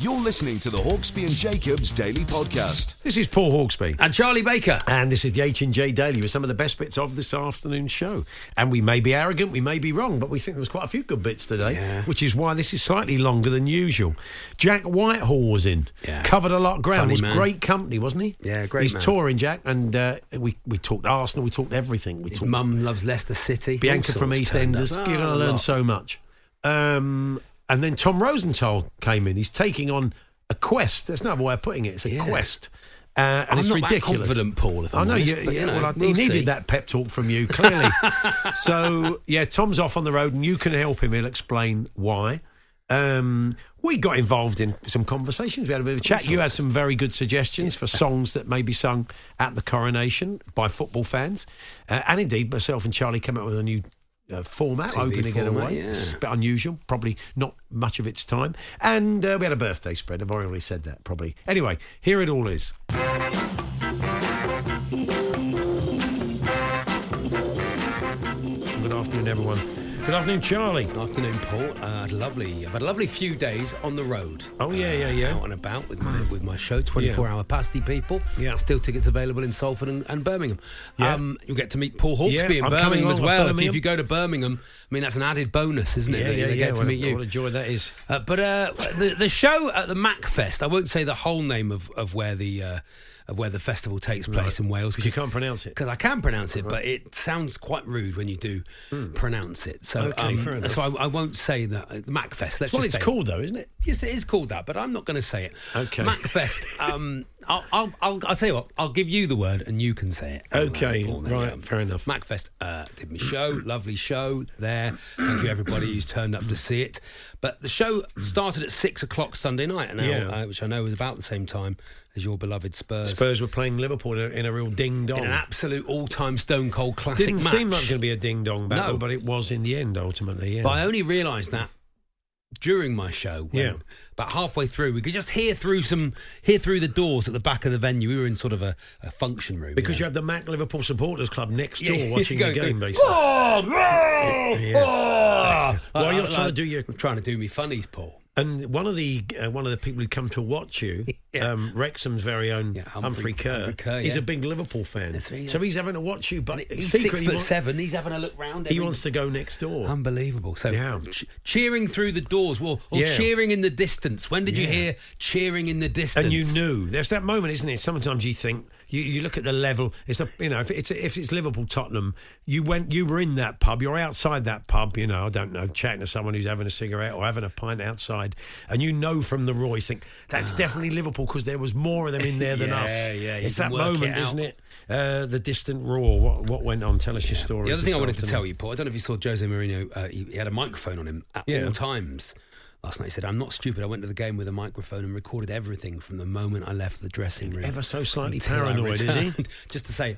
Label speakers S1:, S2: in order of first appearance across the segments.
S1: You're listening to the Hawksby and Jacobs Daily Podcast.
S2: This is Paul Hawksby.
S3: And Charlie Baker.
S2: And this is the H&J Daily with some of the best bits of this afternoon's show. And we may be arrogant, we may be wrong, but we think there was quite a few good bits today,
S3: Yeah.
S2: which is why this is slightly longer than usual. Jack Whitehall was in,
S3: Yeah.
S2: covered a lot of ground.
S3: Funny
S2: He's
S3: man.
S2: great company, wasn't he?
S3: Yeah, great
S2: He's
S3: man.
S2: touring, Jack, and uh, we, we talked Arsenal, we talked everything. We
S3: His
S2: talked
S3: mum loves Leicester City.
S2: Bianca
S3: All
S2: from
S3: sorts turned
S2: EastEnders.
S3: up.
S2: You're going
S3: Ah,
S2: to
S3: a
S2: learn
S3: lot.
S2: so much. Um, and then Tom Rosenthal came in. He's taking on a quest. That's another way of putting it. It's a
S3: Yeah.
S2: quest. Uh, and
S3: I'm
S2: it's
S3: not that
S2: ridiculous.
S3: confident, Paul, if
S2: I
S3: I'm
S2: know,
S3: honest,
S2: you,
S3: but,
S2: yeah,
S3: you know,
S2: well, I, he
S3: we'll
S2: needed
S3: see.
S2: that pep talk from you, clearly. so, yeah, Tom's off on the road and you can help him. He'll explain why. Um, we got involved in some conversations. We had a bit of a chat. You had some very good suggestions for songs that may be sung at the coronation by football fans. Uh, and indeed, myself and Charlie came up with a new uh, format,
S3: TV
S2: opening it
S3: format,
S2: away.
S3: yeah.
S2: It's a bit unusual, probably not much of its time. And uh, we had a birthday spread. I've already said that, probably. Anyway, here it all is. Good afternoon, everyone. Good afternoon, Charlie.
S3: Afternoon, Paul. Uh, I'd lovely. I've had a lovely few days on the road. Uh,
S2: Oh, yeah, yeah, yeah.
S3: Out and about with my, with my show, 24
S2: Yeah.
S3: hour pasty people.
S2: Yeah.
S3: Still tickets available in Salford and, and Birmingham.
S2: Yeah.
S3: Um, you'll get to meet Paul Hawksby
S2: Yeah,
S3: in
S2: I'm coming
S3: Birmingham
S2: along
S3: as
S2: to
S3: well. If you- If,
S2: Birmingham.
S3: you go to Birmingham, I mean, that's an added bonus, isn't it?
S2: Yeah,
S3: really?
S2: yeah,
S3: they
S2: yeah.
S3: get to
S2: What a-
S3: meet you.
S2: What a joy that is.
S3: Uh, but uh, the the show at the Mac Fest, I won't say the whole name of, of where the uh, of where the festival takes place in Wales
S2: 'Cause you can't pronounce it.
S3: Because I can pronounce it, but it sounds quite rude when you do pronounce it. So,
S2: Hmm.
S3: um,
S2: Okay, fair enough.
S3: so I, I won't say that uh, Mac Fest. Let's
S2: That's what
S3: just
S2: it's
S3: say
S2: called, though, isn't it?
S3: Yes, it is called that, but I'm not going to say it.
S2: Okay.
S3: Macfest. Um, I'll, I'll, I'll, I'll tell you what. I'll give you the word, and you can say it.
S2: Okay,
S3: Paul, there you
S2: right,
S3: go.
S2: fair enough.
S3: Macfest uh, did my show. lovely show there. Thank you everybody who's turned up to see it. But the show started at six o'clock Sunday night, now,
S2: Yeah.
S3: uh, which I know was about the same time as your beloved Spurs.
S2: Spurs were playing Liverpool in a, in a real ding dong.
S3: In an absolute all-time Stone Cold classic
S2: Didn't
S3: match.
S2: seem like it was going to be a ding dong battle,
S3: No.
S2: but it was in the end, ultimately. Yeah.
S3: But I only realised that during my show. When
S2: Yeah.
S3: About halfway through, we could just hear through some hear through the doors at the back of the venue. We were in sort of a, a function room
S2: because you
S3: you
S2: had the Mac Liverpool Supporters Club next
S3: Yeah,
S2: door
S3: you
S2: watching
S3: go-
S2: the
S3: go,
S2: game, basically. Oh! Yeah.
S3: know.
S2: Well, you're trying to do your.
S3: I'm trying to do me funnies, Paul.
S2: And one of the uh, one of the people who come to watch you,
S3: Yeah.
S2: um, Wrexham's very own
S3: Yeah,
S2: Humphrey,
S3: Humphrey-
S2: Kerr,
S3: Humphrey Kerr,
S2: he's
S3: yeah.
S2: a big Liverpool fan,
S3: That's right, yeah.
S2: so he's having to watch you. But
S3: He's six
S2: secretly,
S3: foot
S2: wa-
S3: seven. He's having a look round.
S2: he
S3: every-
S2: wants to go next door.
S3: Unbelievable. So
S2: Yeah.
S3: ch- cheering through the doors, well, or
S2: Yeah.
S3: cheering in the distance. When did you
S2: Yeah.
S3: hear cheering in the distance?
S2: and you knew. There's that moment, isn't it? Sometimes you think you, you look at the level. It's a you know if it's if it's Liverpool Tottenham, you went you were in that pub, you're outside that pub. You know I don't know chatting to someone who's having a cigarette or having a pint outside, and you know from the roar, you think that's definitely Liverpool because there was more of them in there than
S3: Ah. Yeah,
S2: us.
S3: yeah, you
S2: it's
S3: can
S2: that
S3: work
S2: moment,
S3: it out.
S2: isn't it? Uh, the distant roar. What what went on? Tell us your story.
S3: The other thing I wanted to tell you, Paul, I don't know if you saw Jose Mourinho. Uh, he, he had a microphone on him at
S2: Yeah.
S3: all times last night. He said, "I'm not stupid. I went to the game with a microphone and recorded everything from the moment I left the dressing room."
S2: Ever so slightly
S3: until I
S2: paranoid, is he?
S3: returned." Just to say.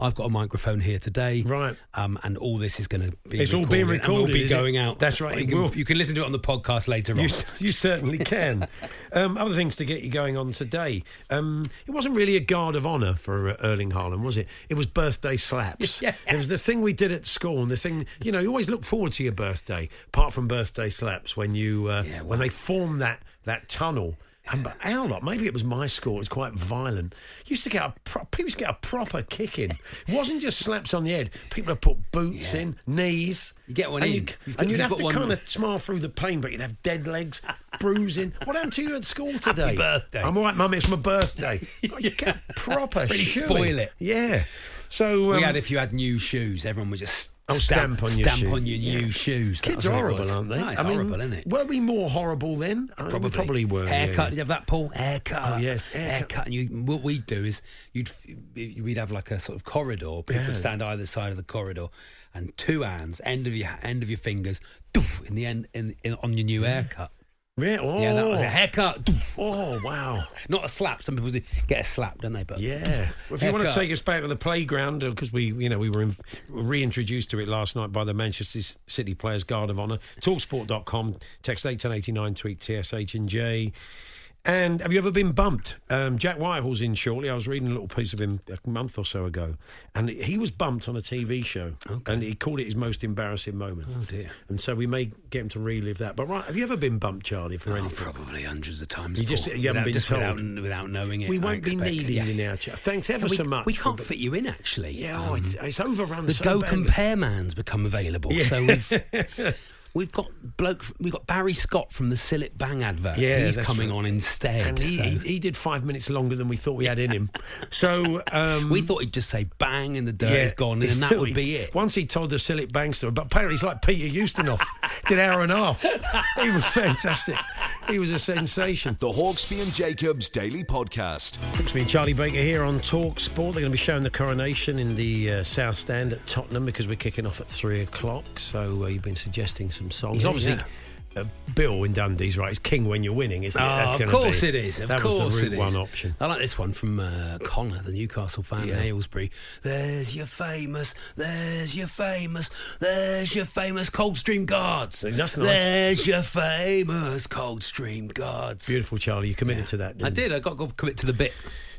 S3: I've got a microphone here today,
S2: Right.
S3: Um, and all this is going to be
S2: It's all being
S3: and will
S2: recorded,
S3: be
S2: is it?
S3: going out.
S2: That's right,
S3: You
S2: it
S3: can,
S2: will.
S3: you can listen to it on the podcast later on.
S2: You, you certainly can. um, other things to get you going on today. Um, it wasn't really a guard of honour for uh, Erling Haaland, was it? It was birthday slaps.
S3: Yeah.
S2: It was the thing we did at school, and the thing you know you always look forward to your birthday, apart from birthday slaps when you uh,
S3: Yeah,
S2: when they form that that tunnel. And but our lot, maybe it was my school, it was quite violent. Used to get a pro- people used to get a proper kicking. It wasn't just slaps on the head. People would put boots in, knees.
S3: You get one
S2: and
S3: in.
S2: You,
S3: You've got-
S2: and
S3: you've
S2: you'd have
S3: got
S2: to
S3: one-
S2: kind of smile through the pain, but you'd have dead legs, bruising. What happened to you at school today?
S3: birthday.
S2: I'm all right, mum. It's my birthday. God, you get proper
S3: Really
S2: shoeing.
S3: spoil it.
S2: Yeah. So um,
S3: we had if you had new shoes, everyone would just
S2: Oh, stamp on your
S3: stamp
S2: shoe.
S3: on your
S2: Yeah.
S3: new shoes. That
S2: kids
S3: was
S2: are
S3: what it
S2: horrible,
S3: was.
S2: aren't they?
S3: No, it's
S2: I mean,
S3: horrible, isn't it?
S2: Were we more horrible then? I mean, we probably were. yeah.
S3: Haircut. Did you have that, Paul? Haircut.
S2: Oh, yes, haircut.
S3: haircut. And you, what we'd do is you'd we'd have like a sort of corridor. People would stand either side of the corridor, and two hands, end of your end of your fingers, doof, in the end in, in, on your new haircut.
S2: Yeah. Oh.
S3: Yeah, that was a haircut. doof.
S2: Oh wow!
S3: Not a slap. Some people get a slap, don't they? But
S2: Yeah. Well, if you want to
S3: haircut.
S2: take us back to the playground, because we, you know, we were in, reintroduced to it last night by the Manchester City Players Guard of Honour. Talksport.com. Text eight ten eighty nine. Tweet TSH and J. And have you ever been bumped? Um, Jack Whitehall's in shortly. I was reading a little piece of him a month or so ago, and he was bumped on a TV show, and he called it his most embarrassing moment. Oh
S3: dear.
S2: And so we may get him to relive that. But right, have you ever been bumped, Charlie, for
S3: Oh,
S2: anything?
S3: probably hundreds of times.
S2: You just-
S3: Paul,
S2: you haven't
S3: without,
S2: been
S3: just
S2: told.
S3: without, without knowing it.
S2: We
S3: I
S2: won't be
S3: expect.
S2: needed
S3: Yeah.
S2: in our chat. Thanks ever
S3: we,
S2: so much.
S3: We
S2: for
S3: can't
S2: being-
S3: fit you in, actually.
S2: Yeah,
S3: Um,
S2: oh, it's, it's overrun.
S3: the
S2: so
S3: Go
S2: badly.
S3: Compare man's become available. So we've we've got bloke. We've got Barry Scott from the Sillet Bang advert.
S2: Yeah,
S3: he's
S2: that's
S3: coming
S2: right.
S3: on instead.
S2: And he,
S3: so.
S2: he, he did five minutes longer than we thought we had in him. So um,
S3: we thought he'd just say bang and the dirt
S2: yeah.
S3: is gone and that would be it.
S2: Once he told the silly bank story, but apparently he's like Peter Ustinov, did hour and a half. He was fantastic. He was a sensation.
S1: The Hawksby and Jacobs Daily Podcast.
S2: It's me, Charlie Baker, here on Talk Sport. They're going to be showing the coronation in the uh, South Stand at Tottenham because we're kicking off at three o'clock. So uh, you've been suggesting some songs.
S3: Yeah,
S2: Obviously,
S3: yeah.
S2: Uh, Bill in Dundee's right. It's king when you're winning, isn't it? That's
S3: Oh, of
S2: gonna
S3: course
S2: be-
S3: it is. Of
S2: that
S3: course
S2: was the
S3: it
S2: route
S3: is.
S2: one option.
S3: I like this one from uh, Connor, the Newcastle fan in Aylesbury. There's your famous, there's your famous, there's your famous Coldstream Guards.
S2: That's nice.
S3: There's your famous Coldstream Guards.
S2: Beautiful, Charlie. You committed to that. Didn't
S3: I
S2: you?
S3: did. I got to commit to the bit.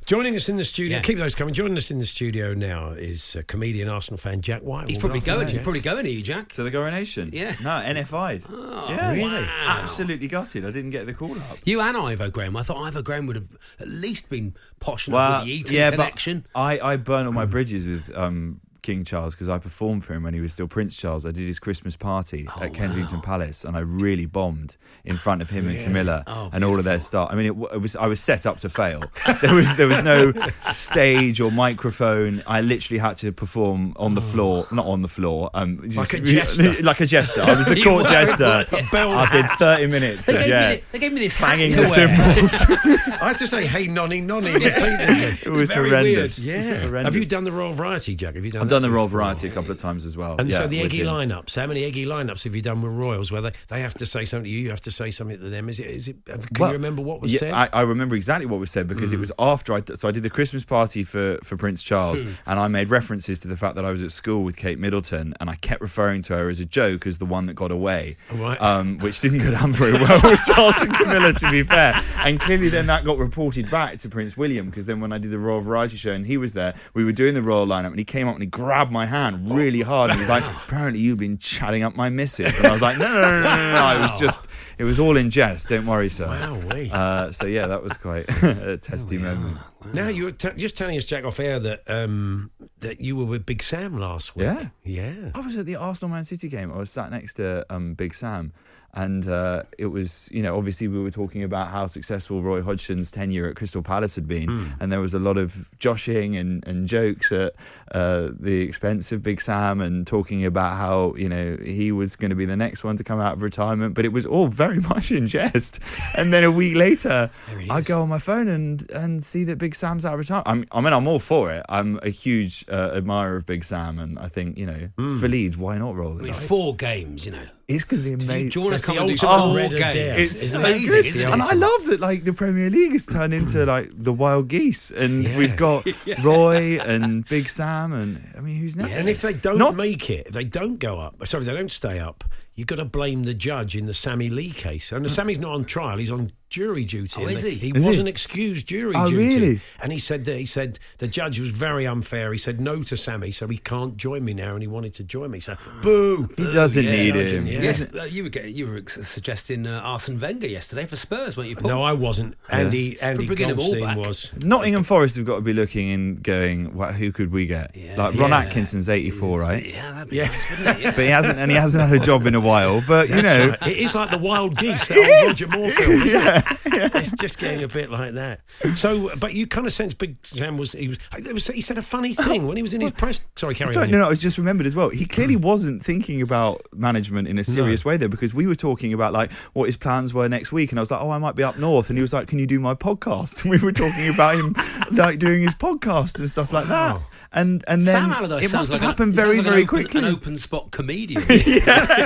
S2: Joining us in the studio,
S3: Yeah.
S2: keep those coming. Joining us in the studio now is uh, comedian Arsenal fan Jack White.
S3: He's probably going. He's probably going to you, Jack.
S4: To the coronation?
S3: Yeah. Oh.
S4: No, NFI'd. yeah.
S2: really?
S3: Wow.
S4: Absolutely gutted. I didn't get the call up.
S3: You and Ivo Graham. I thought Ivo Graham would have at least been posh enough with the Eton
S4: yeah,
S3: connection.
S4: but I, I burnt all my bridges with um, King Charles because I performed for him when he was still Prince Charles. I did his Christmas party at Kensington Palace and I really bombed in front of him and Camilla
S3: Oh,
S4: and all of their staff. I mean, it, w- it was I was set up to fail. there was there was no stage or microphone. I literally had to perform on the floor, not on the floor, um,
S2: Like
S4: just-
S2: a jester.
S4: like a jester. I was the
S3: You
S4: court
S3: were,
S4: jester.
S3: yeah.
S2: Bell
S4: I did thirty minutes.
S3: They, gave
S4: yeah.
S3: me the, they gave me this
S4: Banging
S3: hat
S4: the
S3: to wear.
S4: cymbals.
S2: I had to say, "Hey, nonny, nonny," repeatedly.
S4: it was
S3: Very
S4: horrendous.
S2: Yeah.
S4: Horrendous.
S2: Have you done the royal variety, Jack? Have you done?
S4: I've
S2: that
S4: done the Royal
S2: before?
S4: Variety a couple of times as well.
S2: And
S4: Oh, yeah,
S2: so the
S4: with
S2: eggy
S4: him.
S2: lineups. How many eggy lineups have you done with royals? Where they, they have to say something to you, you have to say something to them. Is it? Is it? Can
S4: Well,
S2: you remember what was
S4: yeah,
S2: said? Mm.
S4: I, I remember exactly what was said because it was after I d- so I did the Christmas party for for Prince Charles
S2: Hmm.
S4: and I made references to the fact that I was at school with Kate Middleton and I kept referring to her as a joke as the one that got away,
S2: Right.
S4: um, which didn't go down very well with Charles and Camilla to be fair. And clearly then that got reported back to Prince William because then when I did the Royal Variety Show and he was there, we were doing the Royal lineup and he came up and he grabbed my hand really hard and he was like, apparently you've been chatting up my missus and I was like, no no no no no, no. it was just it was all in jest. Don't worry, sir.
S2: Wowee.
S4: Uh, so yeah, that was quite a testy moment.
S2: Now you were t- just telling us, Jack, off air that um, that you were with Big Sam last week.
S4: Yeah.
S2: Yeah.
S4: I was at the Arsenal Man City game. I was sat next to um, Big Sam, and uh, it was you know obviously we were talking about how successful Roy Hodgson's tenure at Crystal Palace had been,
S2: Hmm.
S4: and there was a lot of joshing and, and jokes at uh, the expense of Big Sam, and talking about how you know he was going to be the next one to come out of retirement, but it was all very much in jest. And then a week later, I go on my phone and and see that Big Sam's out of retirement. I'm, I mean, I'm all for it. I'm a huge uh, admirer of Big Sam, and I think you know for Leeds, why not roll the
S3: I mean,
S4: dice?
S3: Four games, you know.
S4: It's going to be
S3: If you,
S4: amazing.
S3: do you want
S2: That's
S3: to
S2: the
S3: come and do
S2: ultimate
S3: some more
S2: Red Dead.
S3: games?
S2: It's
S4: Oh, It's so
S3: Isn't it
S2: amazing.
S4: good.
S3: Isn't it
S4: And I
S3: ultimate?
S4: love that like the Premier League has turned
S3: Mm.
S4: into like the wild geese and we've got Roy and Big Sam and I mean who's next?
S2: And if they don't
S4: Not-
S2: make it, if they don't go up, sorry, if they don't stay up, you've got to blame the judge in the Sammy Lee case. And Sammy's not on trial, he's on jury duty.
S3: Oh,
S2: And
S3: is
S2: the-
S3: he?
S4: Hmm. Is
S2: was
S4: he?
S2: an excused jury
S4: Oh,
S2: duty.
S4: really?
S2: And he said that he said the judge was very unfair. He said no to Sammy, so he can't join me now, and he wanted to join me. So boo.
S4: he doesn't need
S2: Judge
S4: him.
S2: him, yeah.
S3: Yes, uh, you were getting, you were su- suggesting uh, Arsene Wenger yesterday for Spurs, weren't you? Paul?
S2: No, I wasn't. Andy Andy
S3: bringing them all
S2: Goldstein
S3: back.
S2: was.
S4: Nottingham Forest have got to be looking and going, well, who could we get? like Ron
S3: Yeah.
S4: Atkinson's 84, right?
S3: yeah, that'd be
S2: Yeah.
S3: nice, wouldn't it? Yeah.
S4: But he hasn't, and he hasn't had a job in a while. But you know,
S2: It is like the wild geese, that old Roger Moore film. Isn't it? It's just getting a bit like that. So, but you kind of sense Big Sam was he was, it was he said a funny
S4: Oh.
S2: thing when he was in his press. Sorry, carry
S4: Sorry,
S2: on.
S4: no, no, I was just remembered as well. He clearly wasn't thinking about management in a serious way there because we were talking about like what his plans were next week, and I was like, oh, I might be up north, and he was like, can you do my podcast? And we were talking about him like doing his podcast and stuff like that. And and then
S3: Sam Allardyce
S4: it
S3: sounds
S4: must
S3: like
S4: have
S3: an-
S4: happened
S3: he
S4: very
S3: sounds like
S4: very
S3: an open,
S4: quickly.
S3: An open spot comedian.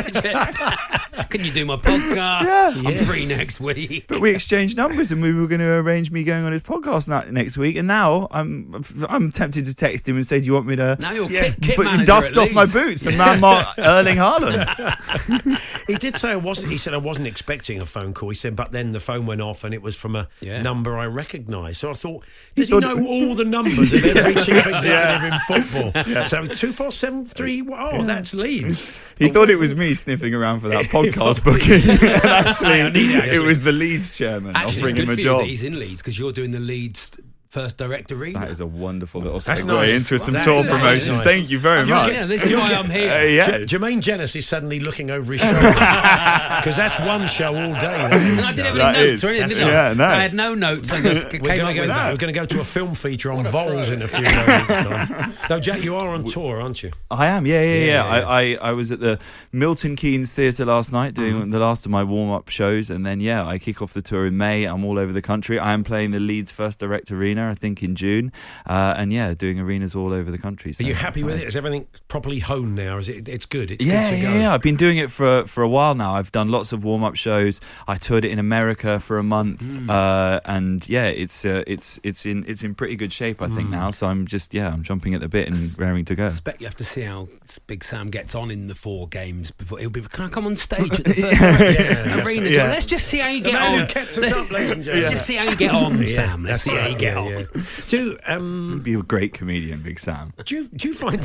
S3: Just, Can you do my podcast? I'm free next week.
S4: But we exchanged numbers, and we were going to arrange me going on his podcast night next week. And now I'm I'm tempted to text him and say, do you want me to?
S3: Now you're kit, kit
S4: Put
S3: manager
S4: dust
S3: at
S4: off my
S3: Leeds.
S4: boots and man mark Erling Haaland.
S2: He did say I wasn't. He said I wasn't expecting a phone call. He said, but then the phone went off and it was from a
S3: Yeah.
S2: number I recognised. So I thought, does he,
S4: thought-
S2: know all the numbers of every chief executive in football? So two four seven three. Oh, that's Leeds.
S4: He thought it was me sniffing around for that podcast booking. and actually, it was the Leeds chairman
S3: Actually, it's
S4: offering
S3: good
S4: him a
S3: for you
S4: job.
S3: that he's in Leeds because you're doing the Leeds first direct arena.
S4: That is a wonderful little
S2: That's
S4: segue
S2: nice.
S4: into some
S2: That-
S4: tour
S2: that is
S4: promotion.
S2: nice.
S4: Thank you very
S3: You're
S4: much.
S3: getting- this is why I'm here.
S4: Uh, yeah.
S2: J- Jermaine Jenis is suddenly looking over his shoulder because that's one show all day. that
S3: And I didn't have
S4: That
S3: any
S4: is-
S3: notes or anything,
S4: that's
S3: did
S4: right.
S3: I?
S4: Yeah, no.
S3: I had no notes. I just came
S2: We're
S3: up
S2: going, to
S3: with
S2: go,
S3: that.
S2: we're going to go to a film feature on Voles in a few moments. time. No, Jack, you are on tour, aren't you?
S4: I am. Yeah, yeah, yeah.
S2: Yeah.
S4: I, I, I was at the Milton Keynes Theatre last night doing the last of my warm up shows. And then, yeah, I kick off the tour in May. I'm all over the country. I am playing the Leeds First Direct Arena, I think, in June. Uh, and yeah, doing arenas all over the country.
S2: Are you happy with it? Is everything properly honed now? Is it? It's good. It's
S4: yeah,
S2: good to
S4: yeah,
S2: go.
S4: yeah. I've been doing it for for a while now. I've done lots of warm up shows. I toured it in America for a month,
S3: Hmm.
S4: uh, and yeah, it's uh, it's it's in it's in pretty good shape, I
S3: Hmm.
S4: think now. So I'm just yeah, I'm jumping at the bit and raring to go.
S3: expect you have to see how Big Sam gets on in the four games before he'll be. Can I come on stage at the first yeah, arena?
S4: Yeah.
S3: Let's just see how you
S2: The
S3: get
S2: man
S3: on.
S2: who kept us up, ladies
S3: Let's
S2: and gentlemen.
S3: just see how you get on,
S2: Yeah,
S3: Sam. Let's
S2: that's
S3: see how
S2: right,
S3: you get
S2: yeah,
S3: on.
S2: yeah. Do um,
S4: Be a great comedian, Big Sam.
S2: do you, do you find?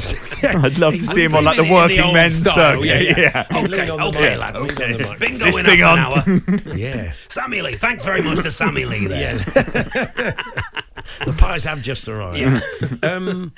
S4: I'd love to see him on like the
S3: Living it in the
S4: working
S3: old
S4: men's
S3: style,
S4: circuit.
S3: yeah, yeah.
S2: Living
S3: Okay,
S2: on the
S3: okay,
S2: mic.
S3: lads.
S2: Living on the mic.
S3: Bingo
S4: This
S3: in
S4: thing
S3: half
S4: on.
S3: an hour.
S2: yeah.
S3: Sammy Lee, thanks very much to Sammy Lee there.
S2: The pies have just arrived. um,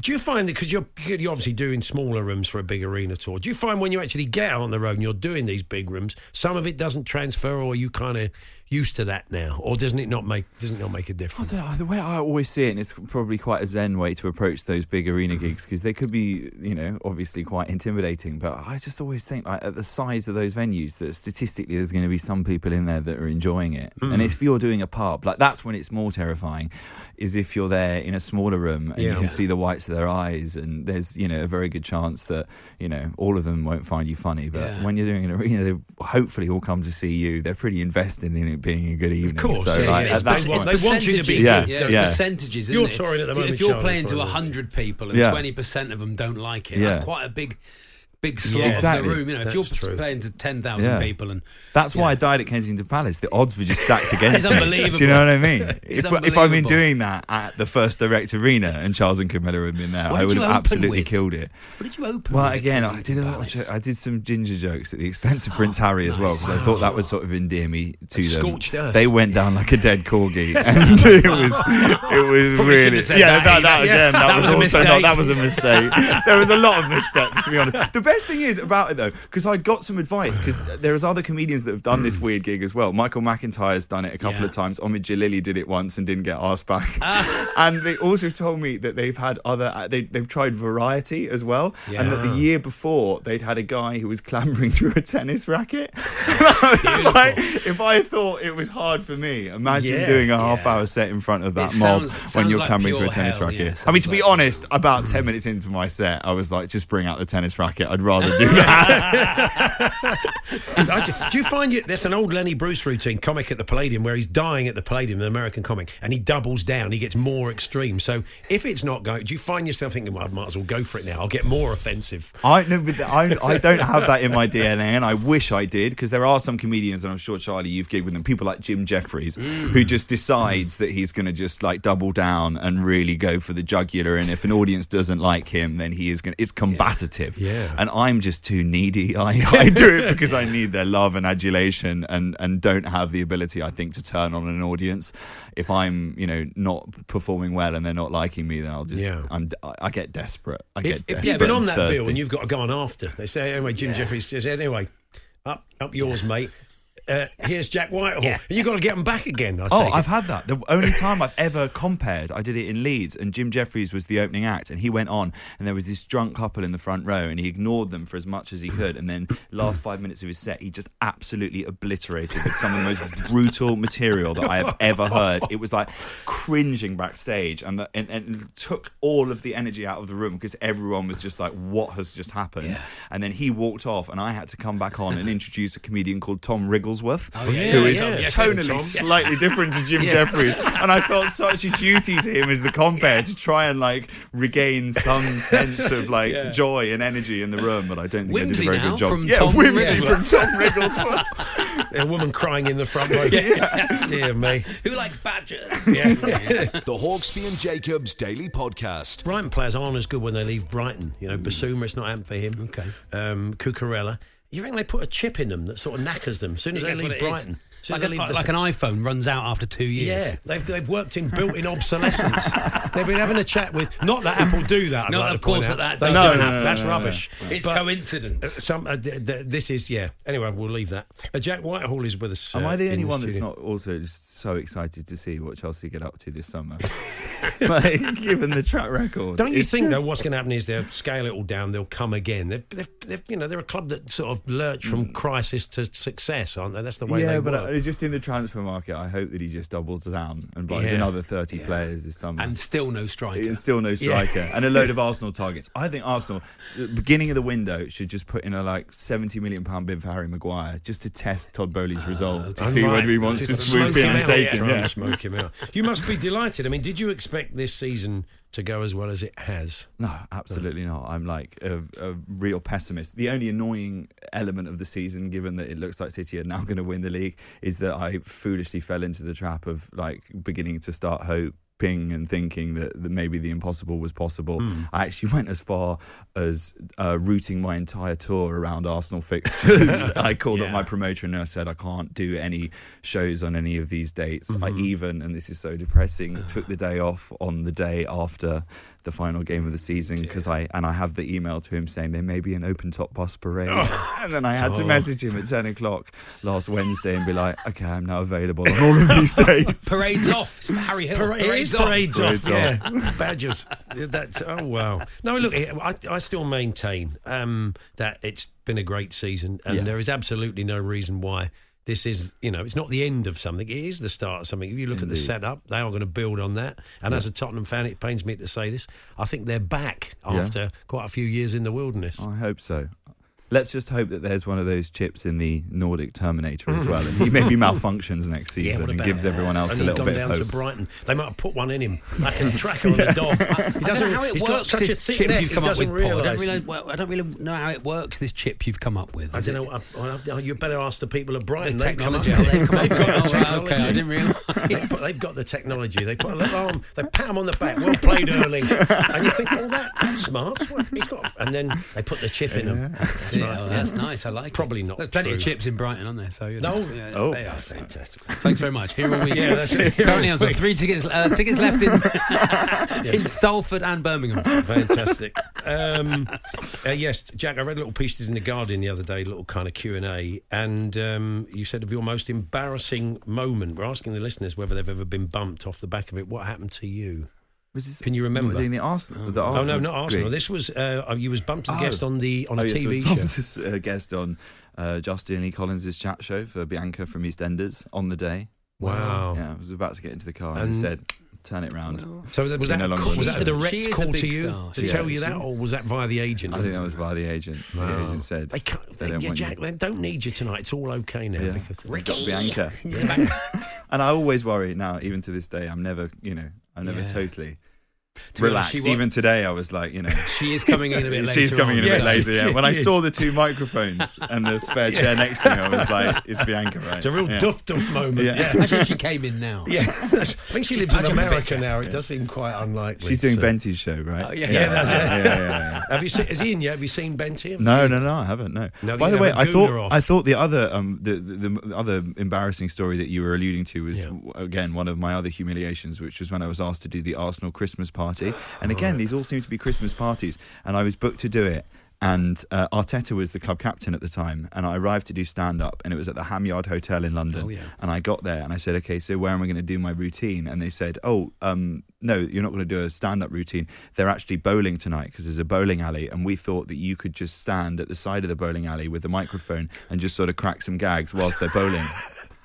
S2: do you find that because you're you're obviously doing smaller rooms for a big arena tour? Do you find when you actually get out on the road and you're doing these big rooms, some of it doesn't transfer, or are you kind of used to that now, or doesn't it not make doesn't it not make a
S4: I
S2: difference?
S4: don't know, the way I always see it, and it's probably quite a zen way to approach those big arena gigs because they could be, you know, obviously quite intimidating. But I just always think, like, at the size of those venues, that statistically there's going to be some people in there that are enjoying it. And if you're doing a pub, like, that's when it's more terrifying, is if you're there in a smaller room and you
S2: Yeah.
S4: can see the whites of their eyes, and there's, you know, a very good chance that, you know, all of them won't find you funny. But
S3: Yeah.
S4: when you're doing an arena, they hopefully all come to see you. They're pretty invested in it being a good evening.
S2: course,
S4: so,
S2: yeah,
S4: like,
S2: yeah,
S4: at
S2: it's
S4: that
S2: they
S4: point-
S2: want- they want you to be-
S4: Yeah,
S3: yeah,
S4: yeah.
S3: percentages. Isn't
S2: You're
S3: it?
S2: touring at the
S3: If-
S2: moment,
S3: If you're
S2: Charlie,
S3: playing to
S2: probably.
S3: hundred people
S4: Yeah.
S3: and twenty percent of them don't like it,
S4: Yeah.
S3: that's quite a big, big slot
S4: Exactly.
S3: of the room. You know, if
S2: That's
S3: you're
S2: true.
S3: playing to ten thousand
S4: Yeah.
S3: people and
S4: That's why
S3: Yeah.
S4: I died at Kensington Palace. The odds were just stacked against me.
S3: unbelievable.
S4: Do you know what I mean? If, if
S3: It's
S4: I'd been
S3: unbelievable.
S4: doing that at the first direct arena and Charles and Camilla had been there,
S3: What
S4: I
S3: did
S4: would
S3: you
S4: have
S3: open
S4: absolutely
S3: with?
S4: killed it.
S3: what did you open?
S4: Well,
S3: with at
S4: again, I
S3: Kensington
S4: did a lot of
S3: Palace? Oh,
S4: jo- I did some ginger jokes at the expense of Prince Harry as well because I thought that would sort of endear me to
S2: It's
S4: them.
S2: scorched earth.
S4: They went down like a dead corgi, and it was it was
S3: Probably shouldn't
S4: really
S3: have said
S4: yeah.
S3: that
S4: That,
S3: either.
S4: that
S3: Yeah.
S4: again, that,
S3: That
S4: was,
S3: was a
S4: also not
S3: mistake.
S4: that was a mistake. there was a lot of missteps to be honest. The best thing is about it though, because I got some advice because there's other comedians that have done this weird gig as well. Michael McIntyre's done it a couple
S3: Yeah. Ah,
S4: of times. Omid Jalili did it once and didn't get asked back. and they also told me that they've had other uh, they, they've tried variety as well, and that the year before they'd had a guy who was clambering through a tennis racket. And I was like, if I thought it was hard for me, imagine
S2: Yeah,
S4: doing a half
S3: yeah.
S4: hour set in front of that
S3: It
S4: mob
S3: sounds-
S4: when
S3: sounds
S4: you're
S3: like
S4: clambering
S3: pure
S4: through a tennis
S3: hell, yeah,
S4: racket.
S3: it
S4: I mean,
S3: sounds
S4: to be
S3: like-
S4: honest, about 10 minutes into my set, I was like, just bring out the tennis racket. I'd I'd rather do that.
S2: I ju- do you find you, there's an old Lenny Bruce routine, comic at the Palladium, where he's dying at the Palladium, an American comic, and he doubles down. He gets more extreme. So if it's not going, do you find yourself thinking, well, I might as well go for it now? I'll get more offensive.
S4: I, no, but I, I don't have that in my DNA, and I wish I did because there are some comedians, and I'm sure Charlie, you've gigged with them, people like Jim Jeffries,
S2: Mm.
S4: who just decides that he's going to just like double down and really go for the jugular. And if an audience doesn't like him, then he is going. to It's combative,
S2: Yeah.
S4: And I'm just too needy. I, I do it because I need their love and adulation, and and don't have the ability, I think, to turn on an audience. If I'm, you know, not performing well and they're not liking me, then I'll just,
S2: Yeah.
S4: I'm, I I get desperate. I get
S2: If,
S4: desperate.
S2: if you've been on
S4: and
S2: that
S4: thirsty.
S2: bill and you've got to go on after, they say, anyway, Jim Jeffries says, anyway, up, up yours, mate. Uh, here's Jack Whitehall. And you've got to get him back again. I
S4: Oh,
S2: take
S4: I've
S2: it.
S4: had that. The only time I've ever compared, I did it in Leeds, and Jim Jeffries was the opening act, and he went on, and there was this drunk couple in the front row, and he ignored them for as much as he could, and then last five minutes of his set, he just absolutely obliterated with some of the most brutal material that I have ever heard. It was like cringing backstage, and, the, and, and took all of the energy out of the room because everyone was just like, "What has just happened?" And then he walked off, and I had to come back on and introduce a comedian called Tom Rigglesworth,
S3: yeah,
S4: who is
S2: Oh, yeah, yeah.
S4: tonally
S2: Tom.
S4: slightly different to Jim Jeffries, and I felt such a duty to him as the compare to try and like regain some sense of like joy and energy in the room. But I don't think
S3: Whimsy
S4: I did a very
S3: now
S4: good job.
S3: from
S4: yeah,
S3: Tom
S4: whimsy
S3: Riddle.
S4: from Tom Riddles.
S2: a woman crying in the front row. Dear me.
S3: Who likes badgers?
S1: The Hawksby and Jacobs Daily Podcast.
S2: Brighton players aren't as good when they leave Brighton. You know,
S4: Hmm.
S2: Basuma, it's not happened for him. Okay. Um, Cucurella. You think they put a chip in them that sort of knackers them as soon as they
S3: That's what
S2: leave
S3: it is.
S2: Brighton? As soon as
S3: Like,
S2: they
S3: an,
S2: leave the-
S3: like an iPhone runs out after two years.
S2: Yeah, they've, they've worked in built-in obsolescence. they've been having a chat with. Not that Apple do that. I'd
S3: No,
S2: like to
S3: of course
S2: point
S3: that
S2: out.
S3: that
S2: They
S3: does happen.
S2: don't have-
S3: No, no,
S2: That's
S4: no, no,
S2: rubbish.
S3: It's
S2: But, uh,
S3: coincidence.
S2: Some uh, th- th- this is yeah. Anyway, we'll leave that. Uh, Jack Whitehall is with us.
S4: Am
S2: uh,
S4: I the
S2: in
S4: only one that's
S2: studio.
S4: not also just so excited to see what Chelsea get up to this summer? like, given the track record,
S2: Don't you
S4: it's
S2: think
S4: just-
S2: though? What's going to happen is they'll scale it all down. They'll come again. They've, they've, they've, you know, they're a club that sort of lurch from crisis to success, aren't they? That's the way
S4: Mm. yeah,
S2: they
S4: but
S2: work.
S4: uh, just in the transfer market, I hope that he just doubles down and buys
S2: Yeah.
S4: another thirty players this summer.
S3: And still no striker.
S4: And still no striker. And a load of Arsenal targets. I think Arsenal, the beginning of the window, should just put in a like 70 million pound bid for Harry Maguire just to test Todd Bowley's resolve to
S2: I'm
S4: see
S2: Ah, right.
S4: whether he wants to
S2: Just
S4: swoop
S2: smoke
S4: in
S2: him
S4: and
S2: out.
S4: take him.
S2: Try and
S4: Yeah.
S2: smoke him out. You must be delighted. I mean, did you expect this season to go as well as it has?
S4: No, absolutely not. I'm like a, a real pessimist. The only annoying element of the season, given that it looks like City are now going to win the league, is that I foolishly fell into the trap of like beginning to start hoping and thinking that, that maybe the impossible was possible. I actually went as far as uh, rooting my entire tour around Arsenal fixtures. I called up my promoter and I said, I can't do any shows on any of these dates. I
S3: Mm-hmm.
S4: even, and this is so depressing, took the day off on the day after the final game of the season
S3: Oh,
S4: because I and I have the email to him saying there may be an open top bus parade,
S3: Oh.
S4: and then I had to message him at ten o'clock last Wednesday and be like, okay, I'm now available on all of these dates.
S3: Parade's off. It's Harry Hill.
S2: Parade-
S3: Parade's
S2: Parades,
S3: off.
S2: off.
S4: Parades off.
S2: Yeah, badgers. Yeah, That's oh wow. No, look, I, I still maintain um, that it's been a great season, and
S4: Yes.
S2: there is absolutely no reason why this is. You know, it's not the end of something. It is the start of something. If you look at the setup, they are going to build on that. And as a Tottenham fan, it pains me to say this. I think they're back
S4: Yeah.
S2: after quite a few years in the wilderness.
S4: I hope so. Let's just hope that there's one of those chips in the Nordic Terminator as well, and he maybe malfunctions next
S2: Yeah,
S4: season
S2: what
S4: and
S2: about
S4: gives
S2: that?
S4: everyone else
S2: and
S4: a
S2: he'd
S4: little
S2: gone
S4: bit
S2: down
S4: of
S2: to
S4: hope.
S2: Brighton. They might have put one in him, like a tracker on a dog. He
S3: Oh, I
S2: doesn't.
S3: don't know how it
S2: he's got
S3: works.
S2: such a
S3: This
S2: thick
S3: chip
S2: neck,
S3: you've
S2: he
S3: come up
S2: doesn't
S3: with, Paul. I don't,
S2: realise.
S3: really, well, I don't really know how it works. This chip you've come up with.
S2: I
S3: Is
S2: don't
S3: it
S2: know. I, I, you better ask the people at
S3: The
S2: Brighton. They've come up-
S3: technology. how they come up with
S2: they've got
S3: it.
S2: the
S3: Oh, right, okay, I
S2: technology.
S3: didn't realise.
S2: They've, put- they've got the technology. They put an alarm. They pat him on the back. Well played, Erling. And you think, oh, that, that's smart. Well, He's got. And then they put the chip in him. That's
S3: Yeah,
S2: right.
S3: well, that's nice. I like. it.
S2: Probably not
S3: There's plenty of
S2: true.
S3: chips in Brighton, aren't there? So you know.
S2: No.
S3: Yeah,
S4: Oh.
S3: they are fantastic. Thanks very much. Here all week.
S2: Yeah, that's it. Here
S3: Currently
S2: all
S3: on top.
S2: week.
S3: three tickets. Uh, tickets left in in Salford and Birmingham.
S2: Fantastic. Um, uh, yes, Jack. I read a little piece you did in the Guardian the other day, a little kind of Q and A, and um, you said of your most embarrassing moment. We're asking the listeners whether they've ever been bumped off the back of it. What happened to you?
S4: Was this-
S2: Can you remember?
S4: Doing the Arsenal, the
S2: oh no,
S4: Arsenal
S2: not Arsenal.
S4: gig?
S2: This was uh, you was bumped as a
S4: Oh.
S2: guest on the on a
S4: Oh, yes, I
S2: TV
S4: was
S2: show.
S4: Just a guest on uh, Justin E. Collins' chat show for Bianca from EastEnders on the day.
S2: Wow.
S4: Yeah, I was about to get into the car and,
S2: And-
S4: he said, turn it round.
S2: So that, was,
S4: She
S2: that,
S4: no longer
S2: was that
S4: wanted
S2: a
S4: it.
S2: direct
S3: She is a
S2: call
S3: big
S2: to you
S3: star.
S2: to
S3: She
S2: tell
S3: is.
S2: you that, or was that via the agent?
S4: I think that was via the agent. The agent said
S2: They can't.
S4: they
S2: They,
S4: don't
S2: yeah,
S4: want you.
S2: Jack, they don't need you tonight. It's all okay now.
S4: Yeah.
S2: Because
S4: You've got Bianca. and I always worry now, even to this day. I'm never, you know, I'm never
S3: Yeah.
S4: totally
S3: be honest,
S4: relaxed.
S3: she wa-
S4: even today, I was like, you know.
S3: She is coming in a bit later.
S4: She's coming in
S3: on.
S4: a
S2: Yes,
S4: bit later. Yeah. When I
S2: she
S4: saw
S2: is.
S4: the two microphones and the spare chair next to me, I was like, "It's Bianca, right?"
S2: it's a real
S4: yeah.
S2: duff duff moment.
S4: Yeah.
S2: Yeah.
S3: Imagine if she came in now.
S2: Yeah, I think she lives in America now. It does seem quite unlikely.
S4: She's doing
S2: so.
S4: Benty's show, right?
S3: Oh, yeah.
S2: Yeah, that's it.
S4: yeah, yeah, yeah.
S2: Have you seen? Is he in yet? Have you seen Benty?
S4: No, no, no, I haven't. No.
S2: No,
S4: By
S2: you
S4: the way,
S2: have a
S4: I thought
S2: gooner off.
S4: I thought the other um the, the, the other embarrassing story that you were alluding to was
S2: Yeah.
S4: again one of my other humiliations, which was when I was asked to do the Arsenal Christmas party, and again these all seem to be Christmas parties, and I was booked to do it. And uh, Arteta was the club captain at the time, and I arrived to do stand up, and it was at the Ham Yard Hotel in London.
S3: Oh, yeah.
S4: And I got there, and I said, "Okay, so where am I going to do my routine?" And they said, "Oh, um, no, you're not going to do a stand-up routine. They're actually bowling tonight because there's a bowling alley, and we thought that you could just stand at the side of the bowling alley with the microphone and just sort of crack some gags whilst they're bowling."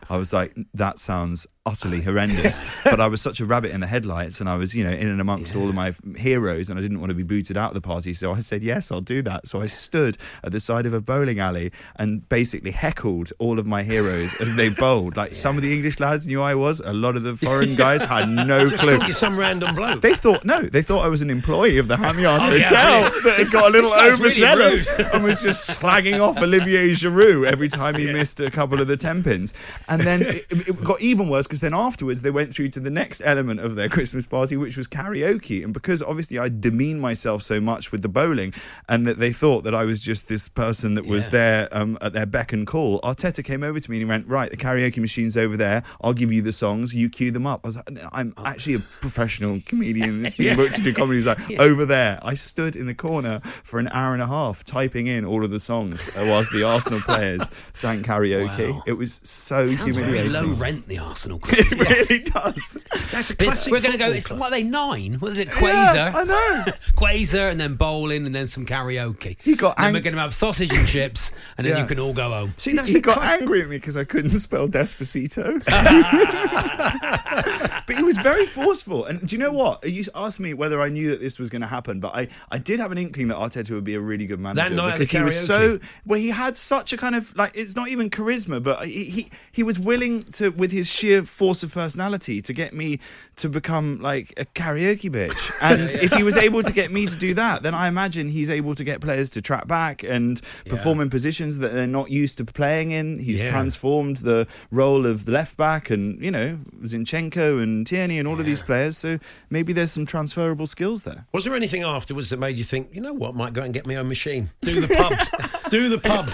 S4: I was like, that sounds utterly horrendous. but I was such a rabbit in the headlights, and I was, you know, in and amongst all of my f- heroes, and I didn't want to be booted out of the party. So I said, yes, I'll do that. So I stood at the side of a bowling alley and basically heckled all of my heroes as they bowled. Like some of the English lads knew I was, a lot of the foreign guys had no
S2: Just
S4: clue.
S2: thought you're some random bloke.
S4: They thought no. They thought I was an employee of the Hamyard
S2: Oh, yeah,
S4: Hotel that had got a little
S2: guy's really
S4: overzealous and was just slagging off Olivier Giroud every time he missed a couple of the ten pins. And then it, it got even worse because then afterwards they went through to the next element of their Christmas party, which was karaoke. And because obviously I demeaned myself so much with the bowling, and that they thought that I was just this person that was
S3: Yeah.
S4: there um, at their beck and call, Arteta came over to me and he went, "Right, the karaoke machine's over there. I'll give you the songs. You cue them up." I was like, "No, "I'm actually a professional comedian that's been booked to do comedy." He's like, "Over there." I stood in the corner for an hour and a half typing in all of the songs uh, whilst the Arsenal players sang karaoke.
S3: Wow.
S4: It was so
S3: Sounds very
S4: humiliating.
S3: low rent, the Arsenal Christmas.
S4: It really does.
S2: That's a
S3: Bit-
S2: classic.
S3: We're going to go.
S2: football
S3: It's,
S2: club.
S3: what are they nine? What is it? Quasar.
S4: Yeah, I know.
S3: Quasar and then bowling and then some karaoke.
S4: He got
S3: Then
S4: ang-
S3: we're going to have sausage and chips and then
S4: Yeah.
S3: you can all go home.
S2: See, that's
S4: he
S2: the
S4: got
S2: cla-
S4: angry at me because I couldn't spell Despacito. but he was very forceful. And do you know what? You asked me whether I knew that this was going to happen, but I, I did have an inkling that Arteta would be a really good manager.
S2: That night at the
S4: because he was so
S2: karaoke.
S4: well, he had such a kind of like it's not even charisma, but he, he he was willing to with his sheer force of personality to get me to become like a karaoke bitch. And if he was able to get me to do that, then I imagine he's able to get players to trap back and perform in positions that they're not used to playing in. He's
S2: Yeah.
S4: transformed the role of the left back and you know Zinchenko and Tierney and all of these players. So maybe there's some transferable skills there.
S2: Was there anything afterwards that made you think, you know what, might go out and get my own machine? Do the pubs. do the pubs.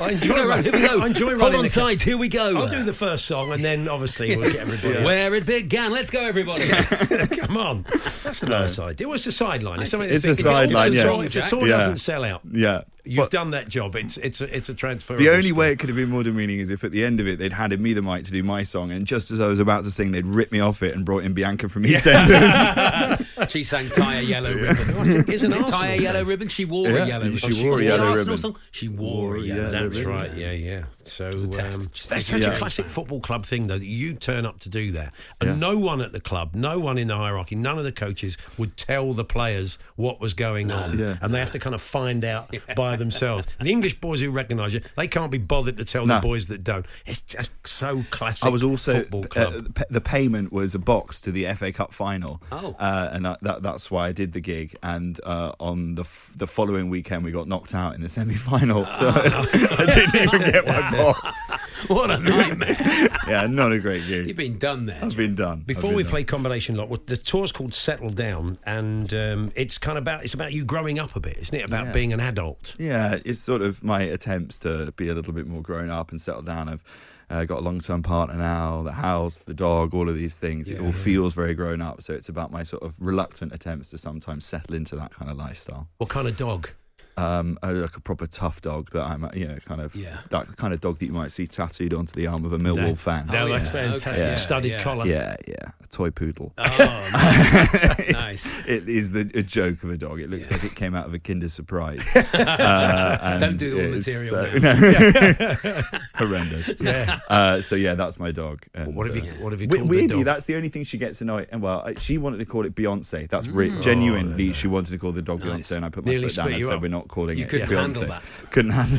S2: I enjoy,
S3: Go,
S2: run-
S3: here we go.
S2: I enjoy
S3: Hold
S2: running.
S3: on
S2: the
S3: tight. Here we go.
S2: I'll do the first song and then obviously we'll get everybody. out.
S3: Where it began. Let's go, everybody.
S2: Come on. That's a nice idea. Well, it's a sideline. It's, something to
S4: It's a
S2: think- if it all
S4: sideline,
S2: does
S4: yeah.
S2: wrong- If the tour
S4: Yeah.
S2: doesn't sell out,
S4: Yeah.
S2: you've done that job. It's it's a, it's a transfer.
S4: The only way it could have been more demeaning is if at the end of it they'd handed me the mic to do my song, and just as I was about to sing, they'd ripped me off it and brought in Bianca from EastEnders.
S3: she sang "Tie a Yellow Ribbon." I think is an Tie a Yellow Ribbon? She wore
S4: Yeah,
S3: a yellow.
S4: she
S3: ribbon.
S4: wore a
S3: was the
S4: yellow
S3: Arsenal
S4: ribbon.
S3: Song. She wore a
S4: Wore a
S3: yellow.
S4: yellow
S3: ribbon.
S2: That's right. Yeah, yeah. So
S3: test.
S2: um,
S3: Just
S2: that's
S3: to see
S2: such
S3: if
S2: a
S3: you-
S2: classic football club thing, though, that you turn up to do that, and no one at the club, no one in the hierarchy, none of the coaches would tell the players what was going on,
S4: Yeah.
S2: and they have to kind of find out by themselves. The English boys who recognise you, they can't be bothered to tell the
S4: No.
S2: boys that don't. It's just so classic.
S4: I was also
S2: football
S4: uh,
S2: club.
S4: p- the payment was a box to the FA Cup final.
S3: Oh.
S4: uh, and that, that, that's why I did the gig. And uh, on the f- the following weekend, we got knocked out in the semi final, so I didn't even get my box.
S2: Oh. what a nightmare!
S4: Yeah, not a great gig.
S3: You've been done there.
S4: I've been done. I've
S2: Before
S4: been
S2: we
S4: done.
S2: play combination lot, well, the tour's called Settle Down, and um, it's kind of about it's about you growing up a bit, isn't it? About
S4: Yeah.
S2: being an adult.
S4: Yeah, it's sort of my attempts to be a little bit more grown up and settle down. I've uh, got a long term partner now, the house, the dog, all of these things. it all feels very grown up. So it's about my sort of reluctant attempts to sometimes settle into that kind of lifestyle.
S2: What kind of dog?
S4: Um, uh, like a proper tough dog that I'm, uh, you know, kind of
S3: Yeah.
S4: that kind of dog that you might see tattooed onto the arm of a Millwall fan.
S2: No,
S3: Oh,
S2: that's
S3: yeah.
S2: fantastic.
S3: Okay.
S2: Studded
S3: Yeah.
S2: collar.
S4: yeah, yeah, a toy poodle.
S3: Oh,
S4: It's-
S3: Nice.
S4: It is the, a joke of a dog. It looks like it came out of a Kinder Surprise. Uh,
S3: Don't
S4: and
S3: do all the
S4: it's,
S3: material
S4: uh, no. Horrendous. Yeah. Uh, so yeah, that's my dog. And,
S2: What have
S4: uh,
S2: you? What have you
S4: we-
S2: called
S4: weirdly,
S2: the dog?
S4: that's the only thing she gets annoyed. And well, I- she wanted to call it Beyonce. That's re- genuinely she wanted to call the dog Beyonce, and I put my
S2: Nearly
S4: foot down
S2: split
S4: and
S2: you
S4: said
S2: up.
S4: we're not calling
S3: You
S4: it
S3: couldn't
S4: Beyonce.
S3: handle that.
S4: Couldn't handle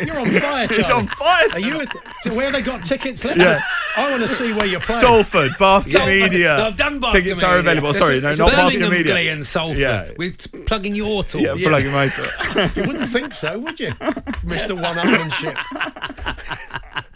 S4: it.
S2: You're on fire, Charlie.
S4: It's on fire.
S2: Are you? So where they got tickets? Let
S4: Yeah.
S2: us. I want to see where you're playing.
S4: Salford, Bath
S3: Yeah.
S4: Media.
S3: No, I've done Bath
S4: Tickets are
S3: Media.
S4: available.
S3: It's-
S4: Sorry, no,
S3: it's
S4: not Bath
S3: Birmingham
S4: Media.
S3: Glee and Salford.
S4: Yeah.
S3: We're t- plugging your tour.
S4: Yeah, plug him over.
S2: you wouldn't think so, would you, Mister One-Upmanship?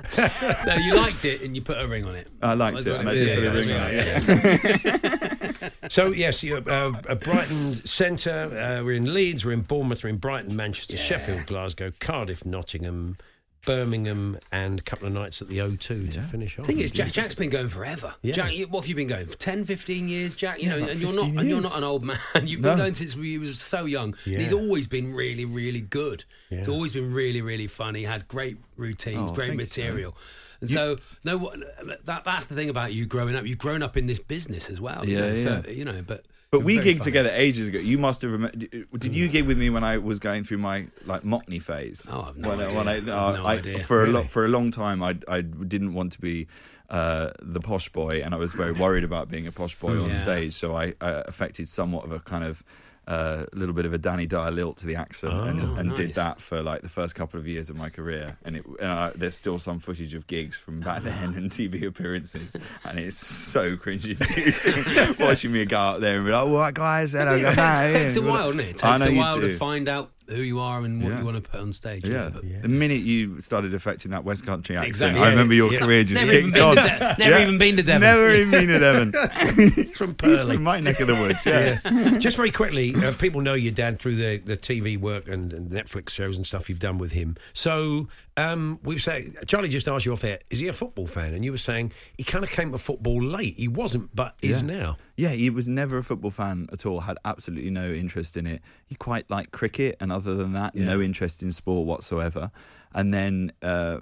S3: So you liked it and you put a ring on it.
S4: I liked
S3: That's
S4: it,
S3: what
S4: and I
S3: is.
S4: did put a ring on it,
S3: yeah.
S2: So yes, you, uh, uh, Brighton Centre. Uh, we're in Leeds. We're in Bournemouth. We're in Brighton, Manchester, Sheffield, Glasgow, Cardiff, Nottingham, Birmingham, and a couple of nights at the O2 to finish off.
S3: The thing is, Jack, Jack's been going forever.
S2: Yeah.
S3: Jack, you, what have you been going for? 10, 15 years, Jack? You know,
S4: about
S3: and you're not
S4: 15
S3: and you're
S4: years.
S3: not an old man. You've
S4: No.
S3: been going since we- he was so young.
S2: Yeah.
S3: And he's always been really, really good. He's
S2: Yeah.
S3: always been really, really funny. Had great routines,
S4: Oh,
S3: great
S4: thank you,
S3: material. And so, no, what- that that's the thing about you growing up. You've grown up in this business as well. you
S4: Yeah,
S3: know, So,
S4: yeah.
S3: you know, but
S4: But we
S3: very
S4: gigged
S3: funny.
S4: together ages ago. You must have remembered. Did you gig with me when I was going through my like Mockney phase?
S3: Oh, I've no
S4: when, I-
S3: idea.
S4: When I,
S3: I've
S4: uh,
S3: no
S4: I-
S3: idea.
S4: For a
S3: Really?
S4: lot, for a long time, I I didn't want to be uh, the posh boy, and I was very worried about being a posh boy on
S3: Hmm. Yeah.
S4: stage. So I, I affected somewhat of a kind of. uh, little bit of a Danny Dyer lilt to the accent,
S3: Oh.
S4: and, and did
S3: nice.
S4: that for like the first couple of years of my career. And, it, and I, there's still some footage of gigs from back
S3: Oh,
S4: then and TV appearances, and it's so cringy inducing watching me go out there and be like, "What guys? Hello,
S3: It takes,
S4: guys."
S3: takes a while, doesn't it? It
S4: I
S3: takes
S4: know
S3: a
S4: you
S3: while to
S4: do.
S3: find out who you are and what
S4: Yeah.
S3: you want to put on stage. you know,
S4: Yeah.
S3: but-
S4: the minute you started affecting that West Country accent,
S3: Exactly.
S4: I remember your
S3: Yeah.
S4: career just
S3: Never even
S4: kicked
S3: been
S4: on.
S3: to De- never even been to Devon.
S4: Never even been to Devon. He's from
S2: Purley.
S4: my neck of the woods. Yeah.
S2: Just very quickly, uh, people know your dad through the, the TV work and, and Netflix shows and stuff you've done with him. So um, we've said Charlie just asked you off air, is he a football fan? And you were saying he kind of came to football late. He wasn't, but is
S4: Yeah.
S2: now.
S4: Yeah, he was never a football fan at all, had absolutely no interest in it. He quite liked cricket, and other than that, no interest in sport whatsoever. And then uh,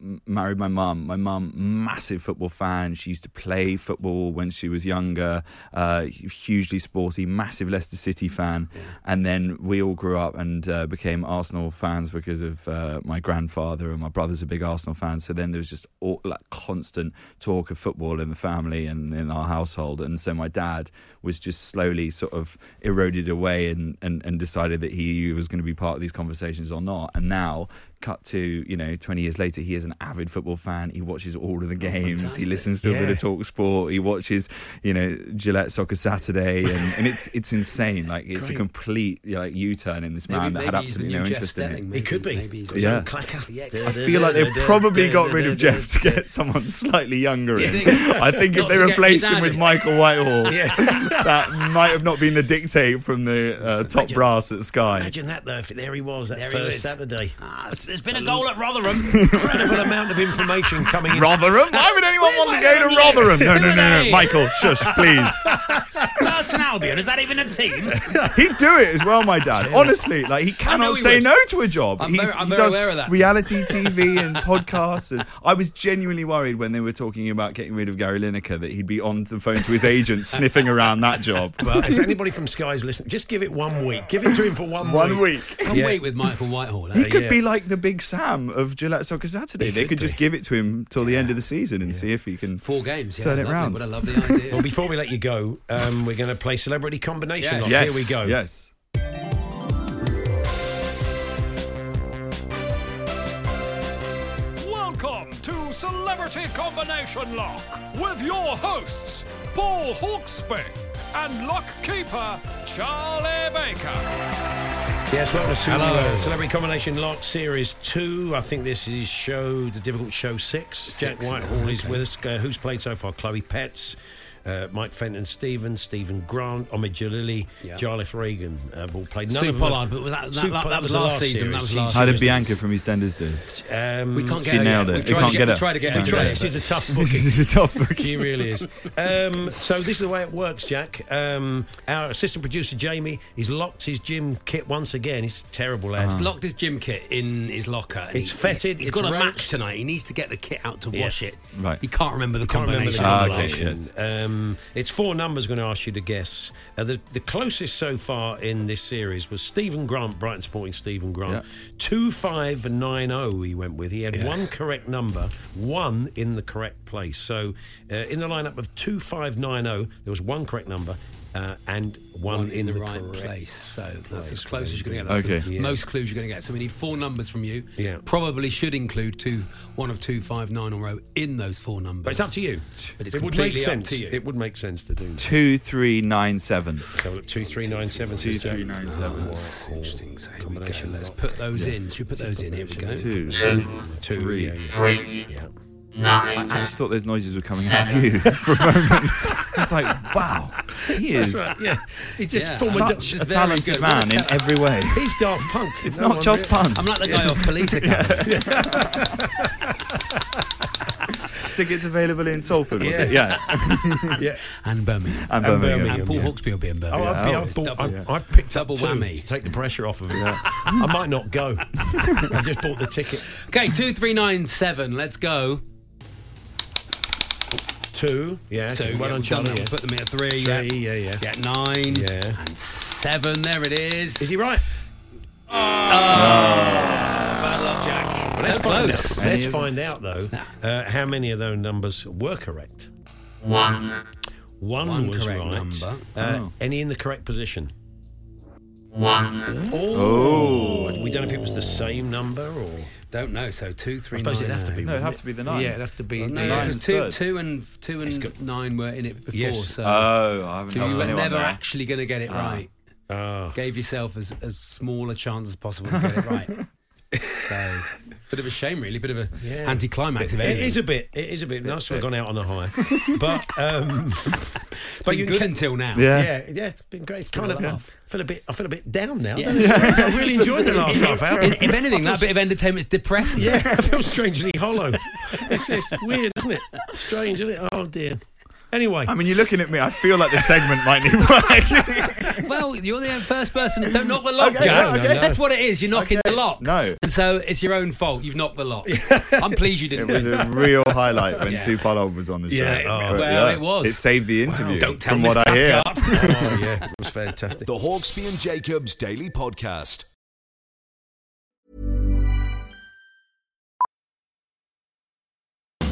S4: m- married my mum. My mum, massive football fan. She used to play football when she was younger, uh, hugely sporty, massive Leicester City fan. And then we all grew up and uh, became Arsenal fans because of uh, my grandfather, and my brother's a big Arsenal fan. So then there was just all, like constant talk of football in the family and in our household. And so my dad was just slowly sort of eroded away and, and, and decided that he was going to be part of these conversations or not. And now, cut to, you know, 20 years later, he is an avid football fan. He watches all
S3: Oh,
S4: of the games, he listens to a bit
S2: Yeah.
S4: of talk sport, he watches, you know, Gillette Soccer Saturday. And, and it's it's insane. Like, it's
S2: Great.
S4: a complete you know, like, U turn in this
S3: Maybe,
S4: man that
S3: maybe
S4: had
S3: he's the
S4: absolutely
S3: new
S4: no
S3: Jeff
S4: interest in it.
S3: Stelling.
S2: He could be.
S3: Maybe he's
S2: Got his
S4: Yeah.
S2: own clacker.
S4: I feel like they probably got rid of Jeff to get someone slightly younger
S3: You
S4: in.
S3: think-
S4: I think if
S3: Not
S4: they
S3: to get
S4: replaced him
S3: Zidane.
S4: with Michael Whitehall, that might have not been the dictate from the uh, top brass at Sky.
S2: Imagine that though. If there he was that
S3: There he
S2: first
S3: is.
S2: Saturday.
S3: Ah, there's been a goal at Rotherham.
S2: Incredible amount of information coming in.
S4: Rotherham? Why would anyone want to go to Rotherham? No, no, no, no. Michael, shush, please.
S3: Burton Albion, is that even a team?
S4: He'd do it as well, my dad. Honestly, like he
S3: know
S4: cannot
S3: he
S4: say
S3: would.
S4: no to a job.
S3: I'm
S4: He's,
S3: very- I'm
S4: he
S3: very
S4: does
S3: aware of that.
S4: reality TV and podcasts. And I was genuinely worried when they were talking about getting rid of Gary Lineker that he'd be on the phone to his agent sniffing around that job.
S2: Well, is anybody from Sky's listening? Just give it one week. Give it to him for one,
S4: One
S2: week.
S4: week.
S3: Come wait with Michael Whitehall.
S4: He
S3: eh?
S4: could
S2: yeah.
S4: be like the big Sam of Gillette Soccer Saturday. they
S2: could
S4: could just
S2: be.
S4: give it to him till the end of the season and see if he can.
S3: Four games, yeah.
S4: Turn it
S3: lovely.
S4: round.
S3: What a lovely idea.
S2: Well, before we let you go, um, we're going to play Celebrity Combination.
S3: Yes.
S2: Lock.
S4: Yes,
S2: Here we go.
S4: Yes.
S5: Welcome to Celebrity Combination Lock with your hosts, Paul Hawksby and lock keeper, Charlie Baker.
S2: Yes, welcome to Super
S3: Hello.
S2: Bowl. Celebrity Combination Lock Series 2. I think this is show, the difficult show 6. Jack Whitehall is with us. Uh, who's played so far? Chloe Pets. uh, Mike Fenton, Stephen, Stephen Grant, Omid Jalili,
S3: Yeah.
S2: Jarlath Reagan have all played.
S3: Sue
S2: of them
S3: Pollard,
S2: have-
S3: but was that- that-
S2: Sue
S3: that-
S2: Pollard-
S3: that was last season,
S2: year,
S3: that was
S2: she-
S3: last
S2: she
S4: How
S3: year.
S4: did
S3: was-
S4: Bianca from EastEnders do?
S2: Um,
S3: We can't get
S4: She
S3: her
S4: nailed
S3: yet.
S4: it.
S3: We've
S4: You
S3: tried
S4: can't get
S3: to get, we
S4: it.
S3: tried to get her.
S4: Can't
S3: to
S4: get
S3: play
S4: it.
S2: this
S3: it.
S2: is a tough
S4: this
S2: booking.
S4: is a tough booking.
S2: He really is. Um, so this is the way it works, Jack. Um, our assistant producer Jamie, he's locked his gym kit once again. He's terrible, lad.
S3: He's Uh-huh. locked his gym kit in his locker. and
S2: It's
S3: he-
S2: fetid,
S3: He's
S2: it's
S3: got a
S2: roach.
S3: match tonight. He needs to get the kit out to
S2: Yeah.
S3: wash it.
S4: Right.
S3: He can't remember the
S2: Can't remember the
S3: combination.
S4: Ah, okay,
S2: combination.
S4: yes.
S2: um, it's four numbers. Going to ask you to guess. Uh, the, the closest so far in this series was Stephen Grant, Brighton supporting Stephen Grant.
S4: Yeah.
S2: Two five nine zero. He went with. He had one correct number, one in the correct place. So uh, in the lineup of two five nine zero, there was one correct number. Uh, and one,
S3: One in the, right
S2: correct
S3: place. So that's
S2: place,
S3: as close as you're going to get.
S4: really.
S3: That's the
S4: Okay.
S2: Yeah.
S3: most clues you're going to get. So we need four numbers from you.
S2: Yeah.
S3: Probably should include two, one of two, five, nine or row in those four numbers.
S2: But it's up to you.
S3: But it's
S2: it would make
S3: completely up
S2: sense.
S3: to you.
S2: It would make sense to do that.
S4: Two three nine seven.
S2: So look, two three nine seven. Oh,
S4: Two three nine seven.
S3: That's interesting. So here we go. Let's put those in. Should we put those in? Here we go.
S4: Two.
S2: Two.
S4: Three.
S2: Yeah, yeah. yeah.
S4: I actually thought those noises were coming out of you for a moment. It's like, wow, he is
S2: yeah. He just
S3: Yeah.
S2: formed
S4: such
S3: just
S4: a
S3: very
S4: talented
S3: good.
S4: man in
S3: What a
S4: every way.
S2: He's Daft Punk.
S4: It's
S2: No
S4: not
S2: one
S4: just
S2: rea-
S4: puns.
S3: I'm like the guy off Police Academy.
S4: Tickets available in Salford, was
S2: Yeah.
S4: it? Yeah.
S2: Yeah.
S3: and Birmingham.
S4: And
S2: And
S4: Birmingham.
S2: Birmingham.
S3: And Paul
S2: yeah.
S3: Hawksby will be in
S2: Oh,
S3: Birmingham.
S2: I've,
S3: Oh,
S2: I've,
S3: it's
S2: bought,
S3: double-
S2: I've, I've picked
S3: Double
S2: up two
S3: whammy.
S2: to take the pressure off of it. I might not go. I just bought the ticket.
S3: Okay, 2397. Let's go.
S2: Two, yeah.
S3: So yeah,
S2: one on
S3: we've done
S2: Charlie.
S3: that. We'll Put them in at three.
S2: Three,
S3: yeah,
S2: yeah, yeah.
S3: Yeah, nine.
S2: Yeah.
S3: and seven. There it is.
S2: Is he right?
S3: Ah. Bad luck, Jack.
S2: Let's
S3: so
S2: find
S3: close.
S2: out. Let's find out though uh, how many of those numbers were correct. One. One
S3: One
S2: was
S3: correct
S2: right.
S3: number.
S2: Uh,
S4: Oh.
S2: Any in the correct position? One.
S4: Oh.
S2: We don't know if it was the same number or.
S3: Don't know. So two, three,
S2: I suppose it'd have to be.
S4: No, it'd have to be the nine.
S2: Yeah, it'd have to be.
S3: No,
S2: the
S3: no,
S2: nine.
S3: because two,
S4: third.
S3: two and two and nine were in it before.
S2: Yes.
S3: So,
S4: Oh, I haven't
S3: so
S4: helped
S3: you were
S4: anyone
S3: never
S4: there.
S3: actually going to get it right.
S2: Ah.
S3: Gave yourself as as small a chance as possible to get it right. so, bit of a shame, really. Bit of a
S2: Yeah.
S3: anticlimax of
S2: It
S3: anything.
S2: is a bit. It is a bit. nice to have gone out on a high, but um,
S3: It's been
S2: you
S3: good
S2: can-
S3: until now.
S4: Yeah.
S2: yeah, yeah, it's been great. It's kind
S3: a
S2: of
S3: laugh.
S2: I feel a bit. I feel a bit down now.
S3: Yeah.
S2: don't I? I really enjoyed the last half hour.
S3: If if anything, that bit of entertainment's depressing.
S2: Yeah, I feel strangely hollow. It's, it's weird, isn't it? Strange, isn't it? Oh dear. Anyway,
S4: I mean, you're looking at me. I feel like this segment might need work.
S3: Well, you're the first person. Don't knock the lock,
S4: Okay,
S3: Jack.
S2: no, okay.
S3: That's what it is. You're knocking the lock.
S4: No.
S3: And so it's your own fault. You've knocked the lock. I'm pleased you
S4: It
S3: didn't.
S4: was a real highlight when
S3: Yeah.
S4: Sue Pollard was on the show.
S2: Yeah, oh,
S4: But,
S3: well, it was.
S4: It saved the interview.
S3: Don't tell
S4: from
S3: Miss
S4: what I hear.
S3: Cathcart.
S2: oh yeah, it was fantastic.
S1: The Hawksby and Jacobs Daily Podcast.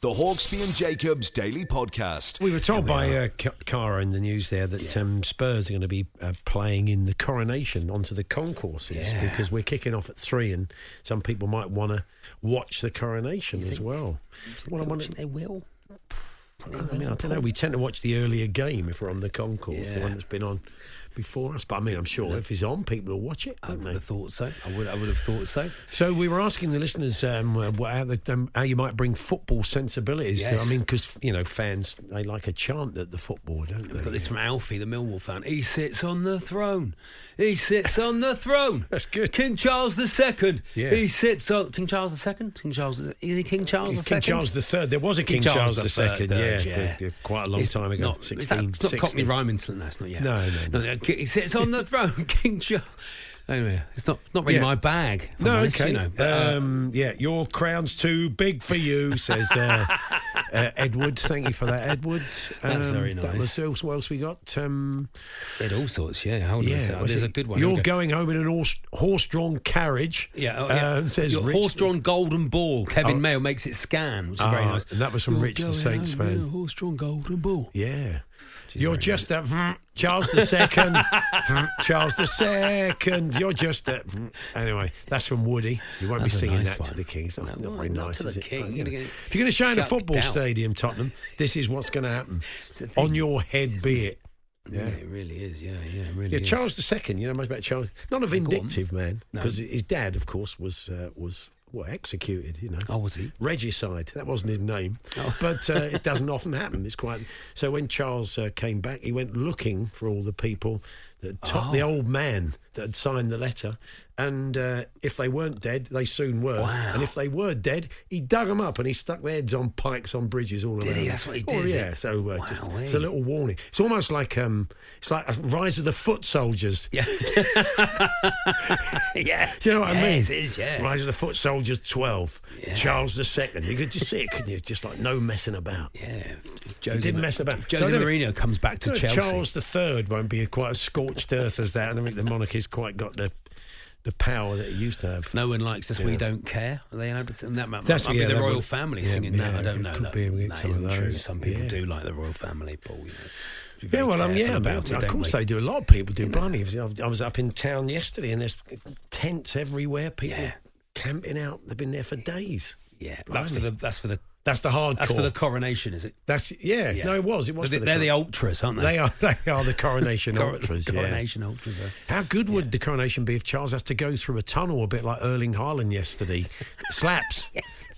S1: The Hawksby and Jacobs Daily Podcast.
S2: We were told by uh, K- Cara in the news there that um, Spurs are going to be uh, playing in the coronation onto the concourses because we're kicking off at three, and some people might want to watch the coronation as well. Well, I wonder,
S3: They will.
S2: I mean, I don't know. We tend to watch the earlier game if we're on the concourse, the
S3: Yeah.
S2: one that's been on before us. But I mean, I'm sure if he's on, people will watch it.
S3: I
S2: won't
S3: would
S2: they?
S3: have thought so. I would. I would have thought so.
S2: So we were asking the listeners um, uh, what- how, the, um, how you might bring football sensibilities to. I
S3: Yes.
S2: mean, because you know fans they like a chant at the football, don't they?
S3: We've got this from Alfie, the Millwall fan. He sits on the throne. He sits on the throne.
S2: That's good.
S3: King Charles II.
S2: Yeah.
S3: He sits on King Charles II. King Charles. Is he King Charles
S2: King
S3: II?
S2: Charles III. There was a King, Charles, II. yeah, yeah, quite a long
S3: It's
S2: time ago.
S3: Not,
S2: 16,
S3: it's, not- it's not
S2: 16.
S3: Cockney rhyming till Oh, no, it's not yet.
S2: No, no, no.
S3: He sits on the throne, King Charles. Anyway, it's not not really
S2: Yeah.
S3: my bag. if I'm
S2: No,
S3: honest,
S2: okay.
S3: You know, but, uh,
S2: um, yeah, your crown's too big for you, says uh, uh, Edward. Thank you for that, Edward. Um,
S3: That's very
S2: That
S3: nice.
S2: was, else- what else we got? Um,
S3: they had all sorts. Yeah, hold on a second.
S2: was
S3: There's
S2: it-
S3: a good one.
S2: You're
S3: Here we go.
S2: going home in an horse, horse-drawn carriage.
S3: Yeah, oh, yeah.
S2: um, says
S3: Your
S2: Rich-
S3: horse-drawn golden ball. Kevin
S2: Oh.
S3: Mayo makes it scan, which is very
S2: Ah,
S3: nice.
S2: and that was from Rich, the
S3: going
S2: Saints
S3: home in
S2: fan.
S3: a Horse-drawn golden ball.
S2: Yeah. You're just a mm, Charles the Second, Hmm, Charles the Second. You're just a mm. anyway. That's from Woody. You won't
S3: That's
S2: be
S3: a
S2: singing
S3: nice
S2: that to
S3: one.
S2: the King. It's not,
S3: No,
S2: not very
S3: not
S2: nice.
S3: to the
S2: is it?
S3: King.
S2: But, you
S3: You're
S2: know.
S3: gonna
S2: If you're going to show in a
S3: chucked
S2: football
S3: out.
S2: stadium, Tottenham, this is what's going to happen.
S3: a thing,
S2: On your head, be it.
S3: Yeah. it really is. Yeah, yeah, it really
S2: Yeah,
S3: is.
S2: Charles the Second. You know much about Charles? Not a vindictive man,
S3: No.
S2: because his dad, of course, was uh, was well executed. You know.
S3: Oh, was he? Oh.
S2: Regicide. That wasn't his name, but uh, it doesn't often happen. It's quite. So when Charles uh, came back, he went looking for all the people that top the
S3: Oh.
S2: old man that had signed the letter, and uh, if they weren't dead, they soon were.
S3: Wow.
S2: And if they were dead, he dug them up and he stuck their heads on pikes on bridges all
S3: Did
S2: around.
S3: he? That's what he
S2: Oh,
S3: did, is
S2: yeah.
S3: it?
S2: So uh, just
S3: Wowee.
S2: it's a little warning. It's almost like um, it's like a Rise of the Foot Soldiers.
S3: Yeah. yeah.
S2: Do you know what I mean?
S3: Yes, it is, yeah.
S2: Rise of the Foot Soldiers 12, Charles the Second. You could just see it, couldn't you? Just like no messing about.
S3: Yeah.
S2: He didn't mess about.
S3: If
S2: So I
S3: Jose
S2: don't know
S3: Mourinho
S2: if-
S3: comes back to
S2: So
S3: Chelsea.
S2: Charles III won't be quite as scorched earth as that. I don't think the monarchy's quite got the the power that it used to have.
S3: no one likes us. We don't care. Are they allowed to sing that? Might,
S2: That's-
S3: might
S2: yeah,
S3: be
S2: that
S3: the royal
S2: would-
S3: family
S2: yeah,
S3: singing that.
S2: yeah,
S3: I don't
S2: it
S3: know.
S2: could
S3: that,
S2: be, we get
S3: that
S2: some of
S3: isn't true.
S2: those.
S3: Some people
S2: Yeah.
S3: do like the royal family, Paul. You know. Be
S2: Yeah,
S3: very
S2: well, I'm,
S3: careful
S2: yeah,
S3: about it,
S2: of
S3: don't
S2: course
S3: we?
S2: they do. A lot of people do. Blimey, I was up in town yesterday and there's tents everywhere. People
S3: Yeah.
S2: camping out. They've been there for days.
S3: Yeah, that's for the
S2: Blimey.
S3: that's for the
S2: That's the hardcore.
S3: that's for the coronation, is it?
S2: That's yeah,
S3: Yeah.
S2: No, it was. It was.
S3: They're,
S2: for
S3: they're the
S2: cor-
S3: ultras, aren't they?
S2: They are. They are the coronation
S3: Cor-
S2: ultras. yeah.
S3: coronation ultras. Are.
S2: How good would the coronation be if Charles has to go through a tunnel a bit like Erling Haaland yesterday? slaps.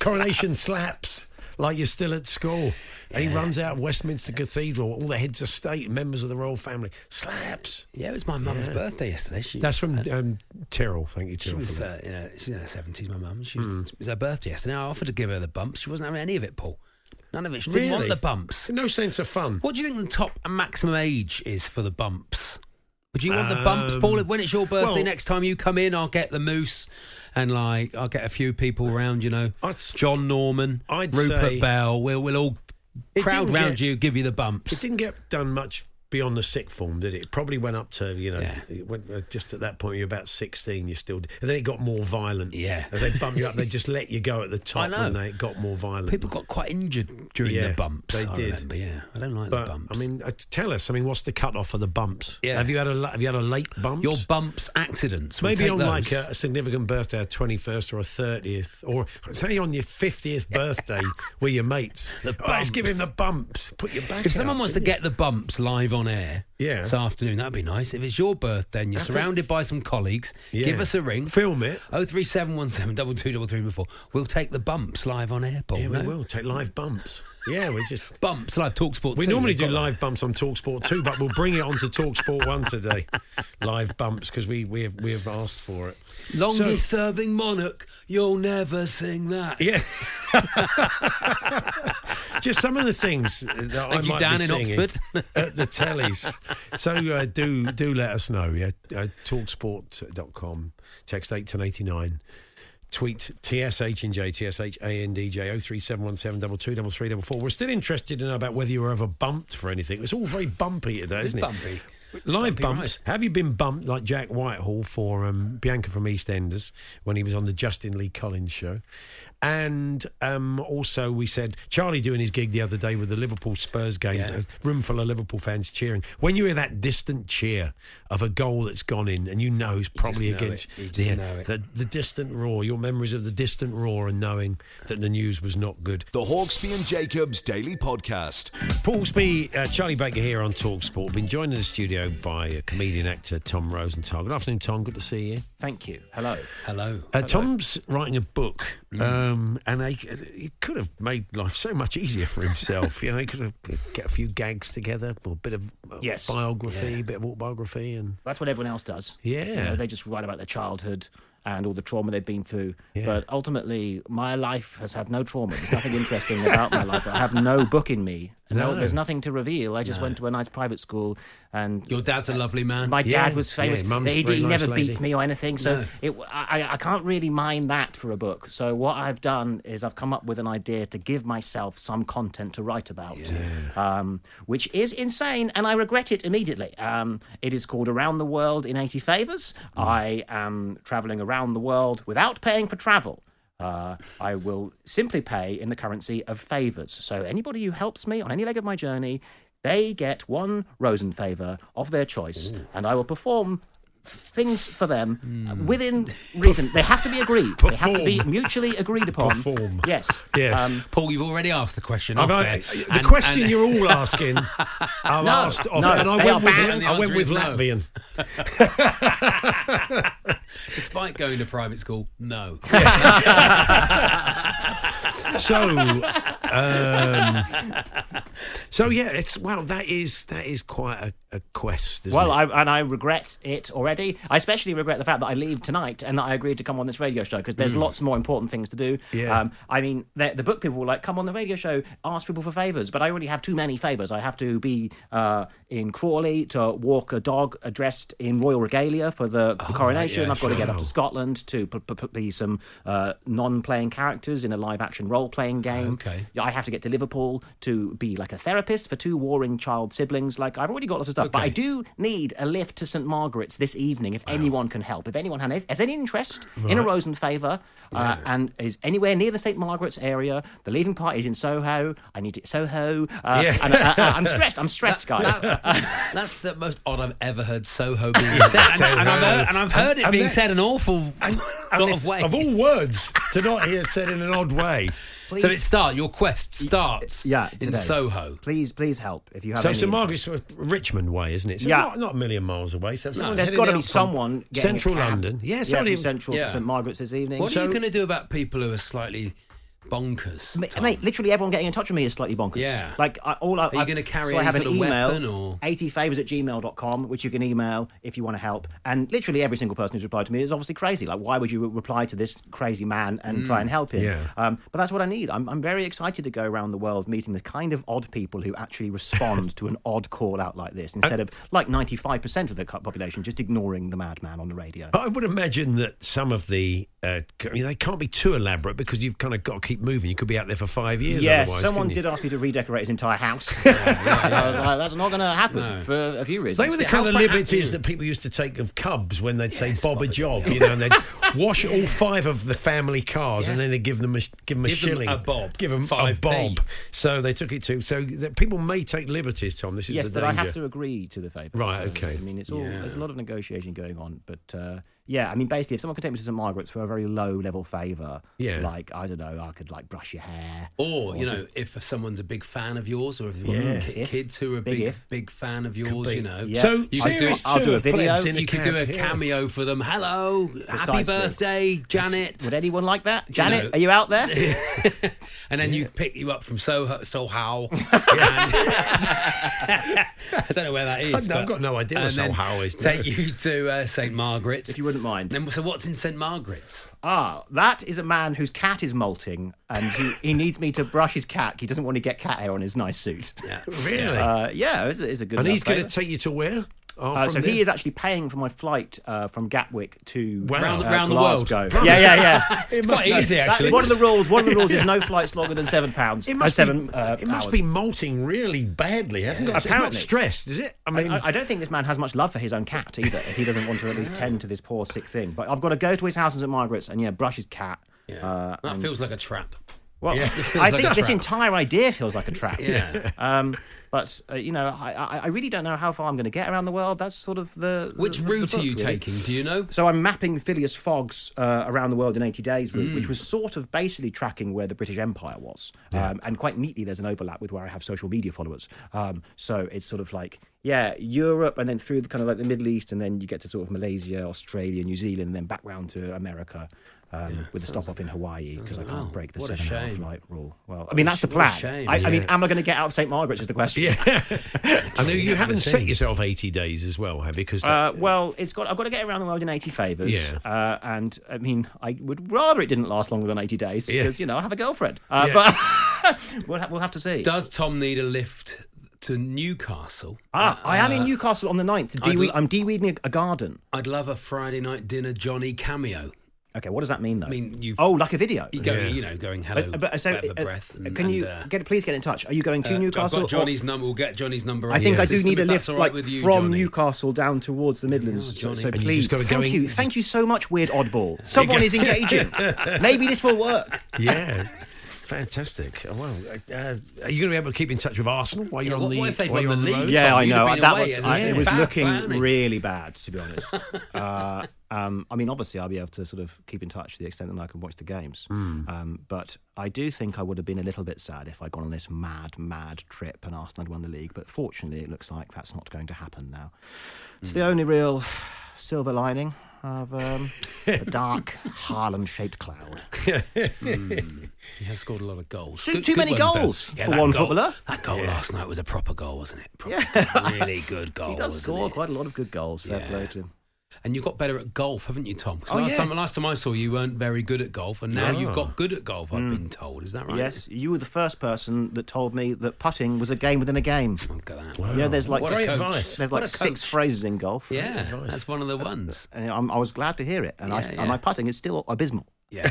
S2: coronation slaps. Like you're still at school. And he runs out of Westminster Cathedral. All the heads of state, members of the royal family. Slaps.
S3: Yeah, it was my mum's birthday yesterday. She,
S2: That's from um, Tyrrell. Thank you, Hmm.
S3: she
S2: Tyrrell.
S3: was
S2: for that.
S3: uh, you know, she's in her seventies. My mum. She was, It was her birthday yesterday. I offered to give her the bumps. She wasn't having any of it, Paul. None of it. She didn't want the bumps.
S2: No sense of fun.
S3: What do you think the top and maximum age is for the bumps? Would you want the bumps,
S2: Um,
S3: Paul? When it's your birthday
S2: well-
S3: next time you come in, I'll get the moose, and like I'll get a few people round. You know,
S2: I'd s-
S3: John Norman,
S2: I'd
S3: Rupert
S2: say-
S3: Bell. We'll we'll all
S2: It
S3: crowd
S2: didn't
S3: round
S2: get-
S3: you, give you the
S2: It
S3: bumps.
S2: didn't get done much beyond the sick form, did it? It probably went up to you know,
S3: Yeah.
S2: it went uh, just at that point. when You're about sixteen. You still, d- and then it got more violent.
S3: Yeah.
S2: as they bump you up, they just let you go at the top,
S3: I know.
S2: and they it got more violent.
S3: People got quite injured during
S2: Yeah,
S3: the bumps.
S2: they
S3: I
S2: did.
S3: remember, yeah, I don't like
S2: but
S3: the bumps.
S2: I mean, uh, tell us. I mean, what's the cut off of the bumps?
S3: Yeah.
S2: Have you had a la- Have you had a late bump?
S3: your bumps accidents. We'll
S2: Maybe
S3: take
S2: on
S3: those.
S2: like a, a significant birthday, a twenty first or a thirtieth, or say on your fiftieth birthday, with your mates.
S3: The
S2: oh, let's give him
S3: bumps.
S2: the bumps. Put your back.
S3: If someone
S2: out,
S3: wants to
S2: didn't
S3: get the bumps live on air
S2: Yeah.
S3: this afternoon, that'd be nice. If it's your birthday and you're surrounded by some colleagues,
S2: you? Yeah.
S3: give us a ring.
S2: Film it.
S3: Oh three seven one seven double two double three before. We'll take the bumps live on air, Paul.
S2: Yeah, we
S3: no?
S2: will take live bumps. Yeah, we just
S3: Bumps live talk sport.
S2: We normally do live bumps on Talksport 2, but we'll bring it on to Talksport 1 today. live bumps, because we, we, have, we have asked for it.
S3: Longest serving monarch, you'll never sing that.
S2: Yeah. Just some of the things that I
S3: you
S2: might
S3: down
S2: be
S3: in
S2: singing
S3: Oxford.
S2: at the tellies. So uh, do do let us know. Yeah, uh, talksport.com. Text 81089. Tweet TSH and J, TSH and J, 03717223344. We're still interested to know about whether you were ever bumped for anything. It's all very bumpy today,
S3: It's
S2: isn't it?
S3: bumpy.
S2: Live
S3: Bumpy
S2: bumps. Have you been bumped like Jack Whitehall for um, Bianca from EastEnders when he was on the Justin Lee Collins show? And um, also, we said Charlie doing his gig the other day with the Liverpool Spurs game,
S3: Yeah.
S2: a room full of Liverpool fans cheering. When you hear that distant cheer of a goal that's gone in, and you know it's probably
S3: know
S2: against
S3: it. You just
S2: the,
S3: know it.
S2: the the distant roar, your memories of the distant roar, and knowing that the news was not good.
S1: The Hawksby and Jacobs Daily Podcast.
S2: Paulsby, uh, Charlie Baker here on Talksport. Been joined in the studio by uh, comedian actor Tom Rosenthal. Good afternoon, Tom. Good to see you.
S4: Thank you. Hello.
S3: Hello.
S2: Uh, Tom's writing a book, um, and he, he could have made life so much easier for himself. you know, he could have get a few gags together, or a bit of uh,
S6: Yes.
S2: biography, bit of autobiography, and
S6: That's what everyone else does. You
S2: Yeah.
S6: know, they just write about their childhood and all the trauma they've been through.
S2: Yeah.
S6: But ultimately, my life has had no trauma. There's nothing interesting about my life. I have no book in me.
S2: No.
S6: there's nothing to reveal. I just went to a nice private school and.
S3: Your dad's a lovely man.
S6: my
S2: Yeah,
S6: dad was
S2: yeah,
S6: famous.
S2: his mum's
S6: he
S2: a very
S6: he
S2: nice
S6: never
S2: lady.
S6: beat me or anything, so
S3: No.
S6: it, I, I can't really mind that for a book. So what I've done is I've come up with an idea to give myself some content to write about, um, which is insane, and I regret it immediately. Um, it is called Around the World in 80 Favors. I am traveling around the world without paying for travel. Uh, I will simply pay in the currency of favors. So anybody who helps me on any leg of my journey they get one Rosen favour of their choice, and I will perform f- things for them uh, within reason. they have to be agreed. They have to be
S2: Hmm. Perform.
S6: mutually agreed upon.
S2: Perform.
S6: Yes. Uh,
S2: Yes.
S3: Um, Paul, you've already asked the question.
S2: I've,
S3: off
S2: I,
S3: air,
S2: the
S3: and-
S2: question
S3: and-
S2: you're all asking, I've
S6: No,
S2: asked, off
S6: no,
S2: and I
S6: they
S2: went
S6: are
S2: with,
S6: banned.
S3: And the
S2: I went
S3: answer
S2: with
S3: is no.
S2: Latvian.
S3: despite going to private school, no.
S2: So,
S6: Uh,
S2: um, so yeah, it's well, that is that is quite a, a quest. Isn't
S6: Well,
S2: it?
S6: I, and I regret it already. I especially regret the fact that I leave tonight and that I agreed to come on this radio show because there's lots more important things to do. Um,
S2: Mm. Yeah.
S6: I mean, the, the book people were like, come on the radio show, ask people for favours, but I already have too many favours. I have to be uh, in Crawley to walk a dog uh, dressed in royal regalia for the, the coronation.
S3: yeah,
S6: I've got to get up to
S2: Oh, sure.
S6: Scotland to p- p- p- be some uh, non-playing characters in a live-action role-playing game.
S3: Okay.
S6: I have to get to Liverpool to be like a therapist for two warring child siblings. Like I've already got lots of stuff, but I
S3: Okay.
S6: do need a lift to St Margaret's this evening. If anyone can help, if anyone has, has any interest in a Rosen favour uh, and is anywhere near the St Margaret's area, the leaving party is in Soho. I need it Soho. Uh,
S2: Yeah.
S6: and, uh, uh, I'm stressed. I'm stressed, guys.
S3: That's the most odd I've ever heard Soho being said. And, and I've heard, and I've heard it
S2: And
S3: being
S2: that's-
S3: said an awful lot of ways.
S2: Of all words to not hear said in an odd way.
S3: So it starts, your quest starts
S6: yeah,
S3: in
S6: today.
S3: Soho.
S6: Please, please help if you have.
S2: So
S6: any
S2: St
S6: interest.
S2: Margaret's was Richmond way, isn't it? So
S6: Yeah.
S2: not, not a million miles away. So if someone's
S6: There's
S2: heading
S6: got to
S2: down
S6: be
S2: from
S6: someone getting a
S2: Central
S6: cab.
S2: London. Yeah,
S6: yeah,
S2: somebody
S6: from central
S3: yeah.
S6: to St Margaret's this evening.
S3: What
S6: So-
S3: are you going to do about people who are slightly bonkers?
S6: Mate,
S3: Tom?
S6: mate, literally everyone getting in touch with me is slightly bonkers.
S3: Yeah.
S6: Like, I, all I,
S3: you
S6: I-
S3: gonna carry
S6: so I
S3: any
S6: have an
S3: sort of
S6: email,
S3: weapon or-
S6: 80favors at gmail.com, which you can email if you want to help. And literally every single person who's replied to me is obviously crazy. Like, why would you re- reply to this crazy man and try and help him?
S2: Mm, Yeah.
S6: Um, but that's what I need. I'm, I'm very excited to go around the world meeting the kind of odd people who actually respond to an odd call out like this instead of like 95% of the co- population just ignoring the madman on the radio.
S2: But I would imagine that some of the, uh, c- I mean, they can't be too elaborate because you've kind of got to keep moving. You could be out there for five years.
S6: Yeah,
S2: otherwise,
S6: someone
S2: couldn't you?
S6: did ask me to redecorate his entire house. And I was like, that's not going to happen for a few reasons.
S2: They were the
S6: Yeah,
S2: kind
S6: how
S2: of
S6: pra-
S2: liberties that people used to take of cubs when they'd say "Bob a job," you know, and they'd wash all five of the family cars, and then they'd give them a give them a
S3: Give them
S2: shilling,
S3: a bob.
S2: give them a
S3: 5p.
S2: bob. So they took it to. So that people may take liberties, Tom. This is
S6: Yes,
S2: the
S6: but
S2: danger.
S6: I have to agree to the favour.
S2: Right,
S6: So,
S2: okay.
S6: I mean, it's all there's a lot of negotiation going on, but uh, yeah, I mean, basically, if someone could take me to St Margaret's for a very low level favour,
S2: Yeah.
S6: like I don't know, I could like brush your hair,
S3: Or, you know, if someone's a big fan of yours or if you've
S2: Yeah.
S3: got ki-
S6: If.
S3: kids who are a
S6: Big
S3: big, big,
S6: if.
S3: fan of yours, you know.
S6: Yeah.
S2: So
S3: You could
S2: serious
S3: do-
S6: I'll do a
S2: Sue
S6: video.
S2: Plebs in
S3: You could do a
S2: cab, yeah.
S3: cameo for them. Hello,
S6: Precisely.
S3: happy birthday, Janet.
S6: would anyone like that? Janet,
S3: know-
S6: are you out there?
S3: and then you'd pick you up from Soho, Soho. and- I don't know where that is.
S2: no, I've
S3: but-
S2: got no idea where
S3: and then
S2: Soho is, no.
S3: Take you to uh, St Margaret's.
S6: if you wouldn't mind.
S3: Then, so what's in St Margaret's?
S6: Ah, that is a man whose cat is molting, and he, he needs me to brush his cat. He doesn't want to get cat hair on his nice suit.
S2: Really?
S6: Uh, yeah, it's, a- it's a good.
S2: and
S6: enough
S2: he's going to
S6: favour.
S2: take you to where? Oh,
S6: Uh,
S2: from
S6: so
S2: there?
S6: he is actually paying for my flight uh, from Gatwick to
S2: Wow. Round-
S6: uh,
S3: round the world.
S6: Glasgow. Yeah, yeah, yeah.
S2: It
S3: Quite easy,
S6: That's
S3: actually.
S6: one of the rules. One of the rules is no flights longer than seven pounds.
S2: It
S6: uh,
S2: must,
S6: seven.
S2: be,
S6: uh,
S2: it must
S6: hours.
S2: be molting really badly, hasn't it? It's not
S6: Apparently.
S2: stressed, is it? I mean,
S6: I, I don't think this man has much love for his own cat either. if he doesn't want to at least tend to this poor sick thing, but I've got to go to his house in St Margaret's and yeah, brush his cat.
S3: Yeah.
S6: Uh,
S3: that
S6: and-
S3: feels like a trap.
S6: well,
S3: Yeah, this feels
S6: I
S3: like
S6: think
S3: a
S6: this
S3: trap.
S6: entire idea feels like a trap.
S3: Yeah.
S6: Um, but uh, you know, I, I, I really don't know how far I'm going to get around the world. That's sort of the
S3: Which
S6: the- the
S3: route are
S6: book,
S3: you
S6: really.
S3: taking? Do you know?
S6: So I'm mapping Phileas Fogg's uh, Around the World in 80 Days route,
S3: Mm.
S6: which was sort of basically tracking where the British Empire was. Um, and quite neatly, there's an overlap with where I have social media followers. Um, so it's sort of like, yeah, Europe and then through the kind of like the Middle East, and then you get to sort of Malaysia, Australia, New Zealand, and then back round to America. Um, with a stop off in Hawaii because I
S3: like-
S6: can't
S3: oh,
S6: break the
S3: what a
S6: seven hour
S3: shame.
S6: flight rule. Well, I mean,
S3: a
S6: that's the
S3: sh- what a
S6: plan.
S3: shame,
S6: I, I mean,
S3: yeah.
S6: am I going to get out of St. Margaret's? Is the question. Uh,
S2: Yeah. I know you haven't
S3: the
S2: set
S3: thing.
S2: yourself 80 days as well, have you? Because
S6: Uh, well, it's got. I've got to get around the world in eighty favors.
S2: Yeah.
S6: Uh, and I mean, I would rather it didn't last longer than eighty days
S2: Yeah.
S6: because you know I have a girlfriend. Uh, But we'll, ha- we'll have to see.
S3: Does Tom need a lift to Newcastle?
S6: ah, I am in Newcastle on the 9th.
S3: I'd
S6: Dewe-
S3: uh, l-
S6: I'm deweeding a garden.
S3: I'd love a Friday night dinner Johnny cameo.
S6: Okay, what does that mean though? I
S3: mean, you've-
S6: oh, like a video.
S3: You go,
S2: Yeah.
S3: you know, going hello,
S6: But- but- so,
S3: whatever
S6: uh,
S3: breath. and-
S6: can you
S3: and, uh,
S6: get please get in touch? Are you going to
S3: uh,
S6: Newcastle?
S3: I've
S6: or-
S3: got Johnny's number. We'll get Johnny's number.
S6: I
S3: on
S6: think
S3: the
S6: I do
S3: system,
S6: need a
S3: if that's
S6: lift,
S3: all right
S6: like
S3: with you,
S6: from
S3: Johnny.
S6: Newcastle down towards the Midlands. So-
S3: Johnny.
S6: So
S3: And you
S2: just
S6: please,
S2: gotta
S6: thank
S2: go in-
S6: you,
S2: just-
S6: thank you so much, Weird Oddball. Someone is engaging. Maybe this will work.
S2: yeah. Fantastic. Oh, Wow. Uh, are you going to be able to keep in touch with Arsenal while you're
S3: Yeah,
S2: on
S3: what-
S2: the
S3: what if they'd
S2: while
S3: won
S2: you're
S3: the
S2: on the
S3: league?
S2: road?
S3: Yeah. Tom,
S6: I
S3: you've
S6: know.
S3: been
S6: that
S3: away,
S6: was
S3: hasn't
S6: I,
S3: it?
S6: it was
S3: Bad
S6: looking
S3: planning.
S6: really bad, to be honest. uh, um, I mean, obviously, I'll be able to sort of keep in touch to the extent that I can watch the games.
S3: Hmm.
S6: Um, but I do think I would have been a little bit sad if I'd gone on this mad, mad trip and Arsenal had won the league. But fortunately, it looks like that's not going to happen now. It's
S3: Hmm.
S6: the only real silver lining of um, a dark Harlem-shaped cloud.
S3: Mm. He has scored a lot of goals.
S6: Too- too many
S3: ones, though.
S6: goals for
S3: that
S6: one
S3: goal-
S6: footballer.
S3: That goal last night was a proper goal, wasn't it? Proper
S6: Yeah.
S3: really good goal.
S6: He does
S3: wasn't
S6: score
S3: it?
S6: quite a lot of good goals. Fair play to him.
S3: And you got better at golf, haven't you, Tom? 'Cause
S6: Oh,
S3: last
S6: yeah.
S3: time, last time I saw you, you weren't very good at golf, and now
S2: Oh.
S3: you've got good at golf. I've been told. Is that right?
S6: Mm. Yes, you were the first person that told me that putting was a game within a game.
S3: Look at that.
S6: You know, there's like
S3: What a
S6: six,
S3: coach.
S6: there's
S3: What
S6: like
S3: a
S6: six
S3: coach.
S6: phrases in golf.
S3: Yeah, that's one of the ones.
S6: and I'm, I was glad to hear it. And, I,
S3: Yeah, yeah.
S6: and my putting is still abysmal.
S3: Yeah,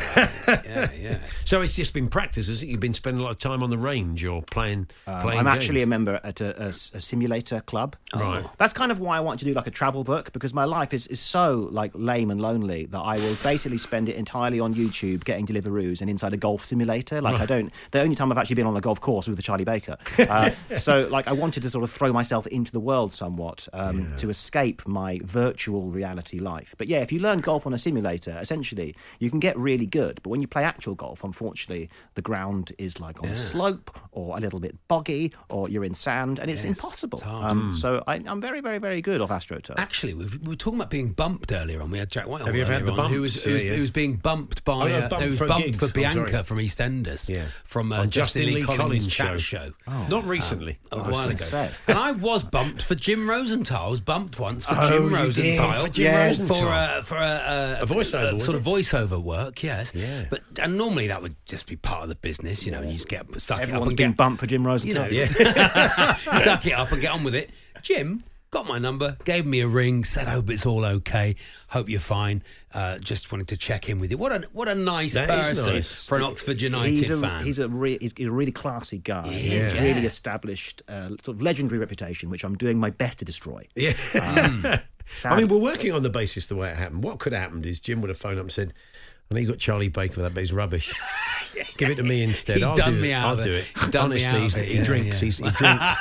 S3: yeah, yeah.
S2: So it's just been practice, is it? You've been spending a lot of time on the range or playing.
S6: Um,
S2: playing
S6: I'm actually a
S2: games.
S6: member at a, a s- a simulator club.
S2: Right.
S6: That's kind of why I want to do like a travel book because my life is, is so like lame and lonely that I will basically spend it entirely on YouTube getting Deliveroos and inside a golf simulator. Like I don't. The only time I've actually been on a golf course was with Charlie Baker. Uh, so like I wanted to sort of throw myself into the world somewhat um, to escape my virtual reality life. But yeah, if you learn golf on a simulator, essentially you can get really good. But when you play actual golf, unfortunately, the ground is like on a slope or a little bit boggy or you're in sand and it's impossible. um, so I, I'm very, very, very good off AstroTurf.
S3: Mm. Actually, we, we were talking about being bumped earlier on. We had Jack Whitehall.
S2: Have you ever had
S3: earlier
S2: the
S3: on, Who
S2: bumps?
S3: was, who was,
S2: Yeah, yeah.
S3: who was being bumped
S2: Oh,
S3: by?
S2: yeah,
S3: uh,
S2: bumped
S3: who was
S2: for
S3: bumped
S2: gigs.
S3: for
S2: Oh,
S3: Bianca
S2: sorry.
S3: from EastEnders.
S2: Yeah. Oh,
S3: From uh,
S2: On
S3: Justin, Lee Collins', chat show. Oh. Um,
S2: Not recently.
S3: A
S6: was
S3: while
S6: gonna
S3: ago,
S6: say.
S3: and I was bumped for Jim Rosenthal. I was bumped once for
S2: Oh, you
S3: Jim
S2: did.
S3: Rosenthal
S2: For Jim
S6: Yes.
S2: Rosenthal.
S3: for uh, a for a,
S2: A voiceover, was
S3: Uh, sort
S2: it?
S3: of voiceover work. Yes,
S2: Yeah.
S3: But and normally that would just be part of the business, you know. And you just get suck it up
S6: Everyone's
S3: and
S6: been
S3: get
S6: bumped for Jim Rosenthal.
S3: you know, suck it up and get on with it. Jim got my number, gave me a ring, said, "Hope it's all okay. Hope you're fine. Uh, just wanted to check in with you. What a what a nice
S2: That is
S3: person
S2: nice.
S3: for an Oxford United
S6: He's a,
S3: fan.
S6: he's a re- he's a really classy guy.
S3: He
S6: He's
S3: is, yeah.
S6: really established, uh, sort of legendary reputation, which I'm doing my best to destroy.
S2: Yeah. I
S3: Hmm.
S6: Sad.
S2: mean, we're working on the basis the way it happened. What could have happened is Jim would have phoned up and said, I know you got Charlie Baker for that, but he's rubbish. Give it to me instead.
S3: He
S2: I'll
S3: done
S2: do
S3: me
S2: it.
S3: out
S2: I'll
S3: of
S2: do
S3: it.
S2: it.
S3: He done me
S2: Honestly,
S3: out of
S2: he's,
S3: it.
S2: he
S3: Yeah,
S2: drinks.
S3: yeah.
S2: He's, he drinks.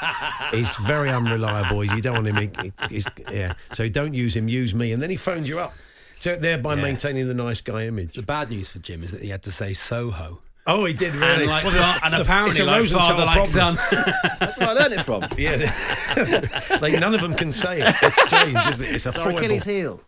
S2: he's very unreliable. You don't want him. He, he's, yeah. So don't use him. Use me. And then he phones you up. So thereby maintaining the nice guy image.
S3: the bad news for Jim is that he had to say Soho.
S2: Oh, he did really.
S3: And, like,
S2: Well, the-
S3: fa- and
S2: the- it's
S3: apparently,
S2: a
S3: like,
S2: Rosenthal
S3: father like
S2: problem.
S3: son.
S6: That's where I learned it from.
S2: Yeah, they- like none of them can say it. It's strange, isn't it? It's a
S6: It's our Achilles
S2: foible.
S6: heel.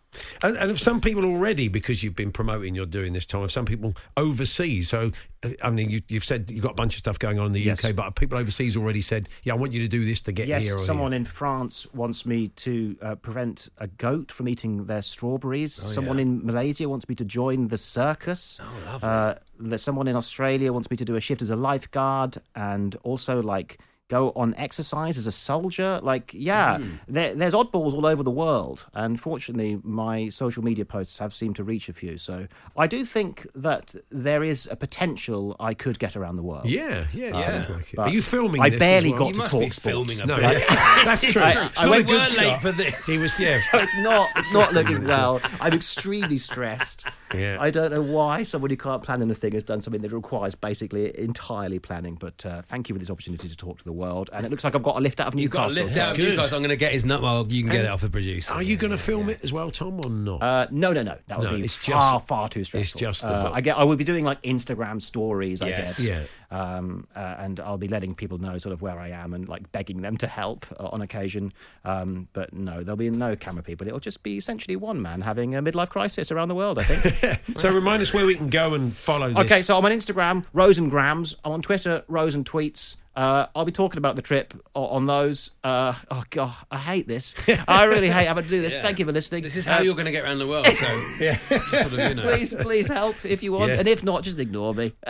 S2: And, and of some people already, because you've been promoting, you're doing this time. Of some people overseas. So, uh, I mean, you, you've said you've got a bunch of stuff going on in the
S6: Yes.
S2: UK, but people overseas already said, "Yeah, I want you to do this to get
S6: Yes,
S2: here." Or
S6: someone in France wants me to uh, prevent a goat from eating their strawberries.
S2: Oh,
S6: someone in Malaysia wants me to join the circus. Oh, lovely. Uh, there's someone in Australia wants me to do a shift as a lifeguard and also like go on exercise as a soldier. Like, yeah,
S2: Hmm.
S6: there, there's oddballs all over the world. And fortunately, my social media posts have seemed to reach a few. So I do think that there is a potential I could get around the world. Um,
S2: yeah, yeah, it sounds like it. Are
S6: But
S2: you filming?
S6: I
S2: this
S6: barely
S2: as well?
S6: got
S3: You
S6: to
S3: must
S6: talk
S3: be
S6: sport.
S3: filming a
S2: No,
S3: bit.
S2: yeah, that's true.
S6: I-
S2: It's
S6: I
S2: not
S6: went
S2: a good
S3: late
S2: start.
S3: for this.
S2: He was, yeah.
S6: So it's not it's not looking well. I'm extremely stressed.
S2: Yeah.
S6: I don't know why someone who can't plan anything has done something that requires basically entirely planning. But uh, thank you for this opportunity to talk to the world. And it looks like I've got a lift out of
S3: You've
S2: Oh,
S6: Newcastle.
S3: got to lift out because I'm going to get his nut. Well, you can get it off the producer.
S2: Are you going to film it as well, Tom, or not?
S6: Uh, no, no, no. That would
S2: No,
S6: be
S2: it's
S6: far,
S2: just-
S6: far too stressful.
S2: just the
S6: Uh,
S2: book.
S6: I get. I will be doing like Instagram stories. I
S3: Yes.
S6: guess.
S2: Yeah.
S6: Um, uh, and I'll be letting people know sort of where I am and like begging them to help uh, on occasion. Um, but no, there'll be no camera people. It'll just be essentially one man having a midlife crisis around the world. I think.
S2: so remind us where we can go and follow this.
S6: okay, so I'm on Instagram, Rosengrams. I'm on Twitter, Rosen tweets. Uh, I'll be talking about the trip o- on those. Uh, oh god, I hate this. I really hate having to do this.
S3: Yeah.
S6: Thank you for listening.
S3: This is how
S6: Uh,
S3: you're going to get around the world. So yeah, sort of, you know.
S6: please, please help if you want,
S2: Yeah.
S6: and if not, just ignore me.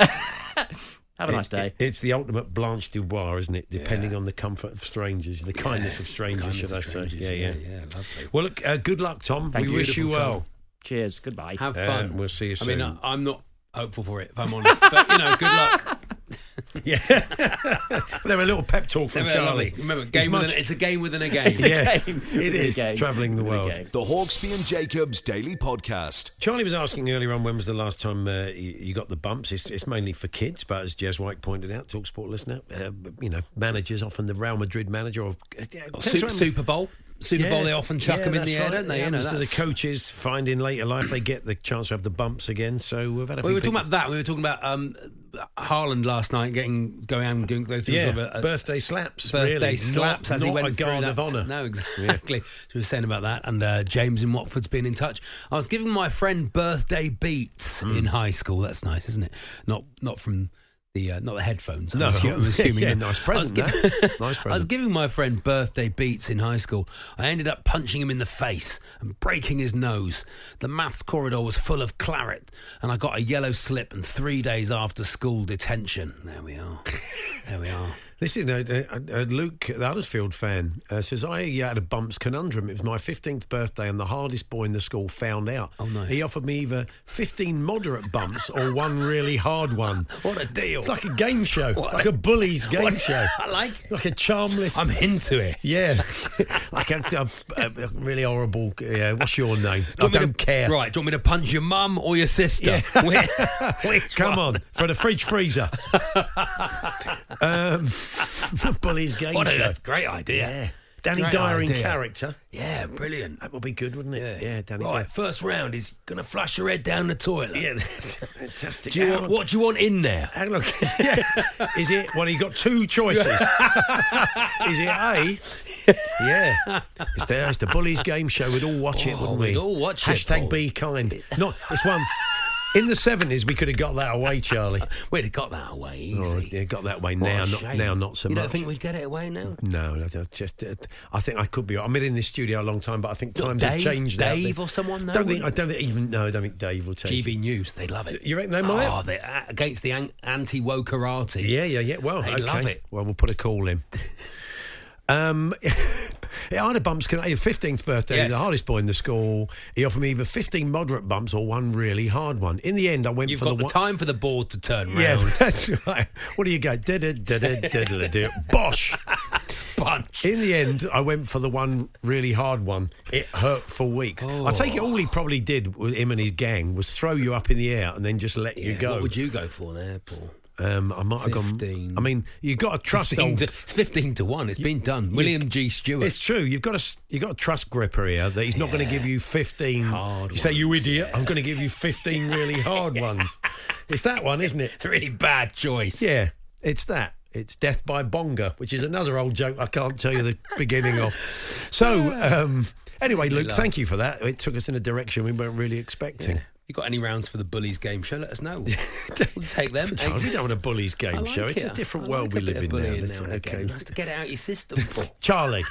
S6: Have a nice day.
S2: It- it's the ultimate Blanche Dubois, isn't it? Depending on the comfort of strangers, the kindness of strangers,
S3: Kindness
S2: should
S3: of
S2: I
S3: strangers,
S2: say? Yeah, yeah.
S3: yeah, lovely.
S2: Well, look, uh, good luck, Tom.
S6: Thank
S2: we
S6: you.
S2: wish you
S6: Beautiful, Tom.
S2: well.
S6: Cheers. Goodbye.
S3: Have
S2: Yeah,
S3: fun.
S2: we'll see you
S3: I mean,
S2: soon.
S3: I, I'm not hopeful for it, if I'm honest. But you know, good luck.
S2: Yeah. They're a little pep talk from Charlie.
S3: Remember,
S2: It's
S3: game
S2: much-
S3: within, it's a game within a game.
S2: yeah,
S6: game.
S2: it
S6: Within a
S2: is
S6: game.
S2: traveling the
S6: Within a
S2: world.
S6: game.
S1: The Hawksby and Jacobs Daily Podcast.
S2: Charlie was asking earlier on when was the last time uh, you, you got the bumps. It's, it's mainly for kids, but as Jez White pointed out, Talksport listener, uh, you know, managers often the Real Madrid manager or, yeah,
S3: Or
S2: tends to
S3: Super,
S2: happen-
S3: Super Bowl. Super
S2: Yeah,
S3: Bowl, they often chuck
S2: yeah,
S3: them in
S2: that's
S3: the air,
S2: right.
S3: don't they?
S2: It
S3: You know,
S2: happens to the
S3: that's-
S2: coaches find in later life they get the chance to have the bumps again. So we've had a
S3: we
S2: few
S3: were talking
S2: people-
S3: about that. We were talking about um, Haaland last night getting going out and doing go through
S2: yeah,
S3: sort of a, a
S2: birthday slaps,
S3: birthday
S2: really.
S3: slaps
S2: not,
S3: as he
S2: not
S3: went
S2: a
S3: through
S2: guard of
S3: that.
S2: honour.
S3: No, exactly. So we were saying about that, and uh, James in Watford's been in touch. I was giving my friend birthday beats
S2: Hmm.
S3: in high school. That's nice, isn't it? Not not from the uh, not the headphones. I'm
S2: No,
S3: assu- I'm assuming.
S2: yeah,
S3: that-
S2: nice
S3: I was
S2: present.
S3: giv-
S2: that. nice present.
S3: I was giving my friend birthday beats in high school. I ended up punching him in the face and breaking his nose. The maths corridor was full of claret, and I got a yellow slip and three days after school detention. There we are. There we are.
S2: This is a, a, a uh, Luke, the Huddersfield fan, uh, says, I uh, had a bumps conundrum. It was my 15th birthday, and the hardest boy in the school found out.
S3: Oh, nice.
S2: He offered me either 15 moderate bumps or one really hard one.
S3: What a deal.
S2: It's like a game show,
S3: What
S2: like
S3: a-
S2: a bully's game
S3: what-
S2: show.
S3: I like it.
S2: Like a charmless.
S3: I'm into it.
S2: yeah, like a, a, a really horrible. Yeah, what's your name?
S3: Do
S2: I
S3: you want me to-
S2: don't care.
S3: Right, do you want me to punch your mum or your sister? Which- which
S2: Come
S3: one?
S2: on, for the fridge freezer. um, the bully's game
S3: What a
S2: show.
S3: that's a great idea.
S2: Yeah. Danny
S3: Great
S2: Dyer in
S3: idea.
S2: character.
S3: Yeah, brilliant.
S2: That would be good, wouldn't it? Yeah, Danny.
S3: Right, first round is going to flush your head down the toilet.
S2: Yeah, that's fantastic.
S3: Do you want, what do you want in there?
S2: Hang on. Yeah. Is it? Well, you got two choices. Is it A? Yeah. It's the, it's the Bullies game show. We'd all watch it,
S3: Oh,
S2: wouldn't we?
S3: we'd all watch it,
S2: Hashtag
S3: Paul.
S2: be kind. No, it's one. In the seventies, we could have got that away, Charlie.
S3: We'd have got that away easy.
S2: Oh, yeah, got that away
S3: What a
S2: now. Not,
S3: shame.
S2: now, not so
S3: you
S2: much.
S3: don't think we'd get it away now?
S2: No, no, that's just uh, I think I could be. I've been in this studio a long time, but I think
S3: Not
S2: times have
S3: Dave?
S2: changed. out
S3: Dave
S2: there.
S3: or someone, no,
S2: Don't think. I
S3: wouldn't-
S2: don't think even. No, I don't think Dave will take. it.
S3: GB News, they love it.
S2: You reckon they might?
S3: Oh, they're a- against the an- anti-wokerati.
S2: Yeah, yeah, yeah. Well,
S3: They
S2: Oh, okay.
S3: love it.
S2: Well, we'll put a call in. Um, yeah, I had a bumps. Can your fifteenth birthday?
S3: Yes.
S2: The hardest boy in the school. He offered me either fifteen moderate bumps or one really hard one. In the end, I went
S3: You've
S2: for
S3: got the,
S2: one.
S3: time for the board to turn round.
S2: yeah, that's right. What do you go? Da da da da da da. Bosh.
S3: Punch.
S2: In the end, I went for the one really hard one. It hurt for weeks. I take it
S3: Oh.
S2: all he probably did with him and his gang was throw you up in the air and then just let you
S3: Yeah,
S2: go.
S3: What would you go for there, Paul?
S2: um, I might have gone.
S3: 15.
S2: I mean, you've got to trust.
S3: 15
S2: Old,
S3: to, it's 15 to 1. It's been done. William G. Stewart.
S2: it's true. You've got to. s- You've got to trust gripper here that he's not going to give you fifteen.
S3: Hard
S2: you say you
S3: ones,
S2: idiot. I'm going to give you fifteen really hard ones. It's that one, isn't it?
S3: It's a really bad choice.
S2: Yeah, it's that. It's Death by Bonga, which is another old joke I can't tell you the beginning of. So, um, anyway, Luke, thank you for that. It took us in a direction we weren't really expecting.
S3: You got any rounds for the Bullies game show? Let us know. we'll take them.
S2: Charles, we don't want a bullies game
S3: I like
S2: show. It's
S3: it.
S2: a different
S3: I
S2: world
S3: like
S2: we
S3: a
S2: live
S3: bit
S2: in
S3: of
S2: now.
S3: bullying
S2: Let's-
S3: now and
S2: okay.
S3: again. Nice to get it out of your system. Paul.
S2: Charlie,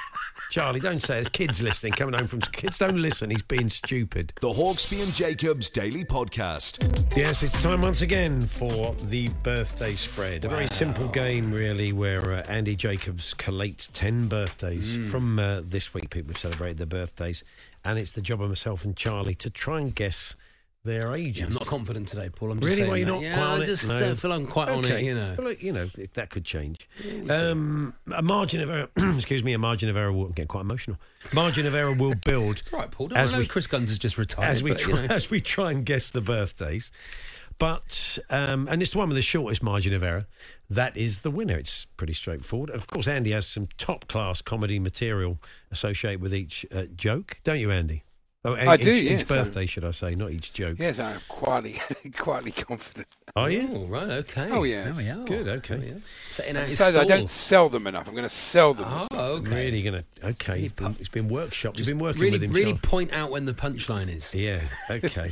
S2: Charlie, don't say there's kids listening, coming home from kids. Don't listen. He's being stupid.
S1: The Hawksby and Jacobs Daily Podcast.
S2: Yes, it's time once again for the birthday spread. A very simple game, really, where uh, Andy Jacobs collates 10 birthdays
S3: Hmm.
S2: from uh, this week. People have celebrated their birthdays. And it's the job of myself and Charlie to try and guess their ages.
S3: I'm not confident today, Paul. I'm just
S2: really?
S3: saying
S2: Well, you're
S3: that.
S2: not
S3: yeah,
S2: quite on
S3: I just
S2: it?
S3: uh, feel I'm quite on it,
S2: Okay.
S3: you know.
S2: Well, you know, it- that could change. Um, a margin of error, excuse me, a margin of error will get quite emotional. Margin of error will build.
S3: It's all right, Paul. Don't
S2: As
S3: I know
S2: we-
S3: Chris Gunn's has just retired.
S2: as we
S3: but, you
S2: try,
S3: know.
S2: as we try and guess the birthdays. But um, and it's the one with the shortest margin of error. That is the winner. It's pretty straightforward. Of course, Andy has some top class comedy material associated with each uh, joke, don't you, Andy? Oh,
S7: I
S2: each,
S7: do,
S2: Each
S7: yes.
S2: birthday, should I say, not each joke.
S7: Yes, I'm quietly, quietly confident.
S2: Are you?
S3: Oh, right, okay.
S7: Oh, yes.
S3: There we are.
S2: Good, okay.
S3: There we are. Setting out
S7: I
S3: his
S7: say that I don't
S3: stall.
S7: sell them enough. I'm going to sell them.
S3: Oh,
S7: this afternoon.
S3: okay.
S2: Really gonna okay. You've been, it's been workshopped. You've
S3: Just
S2: been working
S3: really,
S2: with him.
S3: Really
S2: Charles.
S3: point out when the punchline is.
S2: yeah. Okay.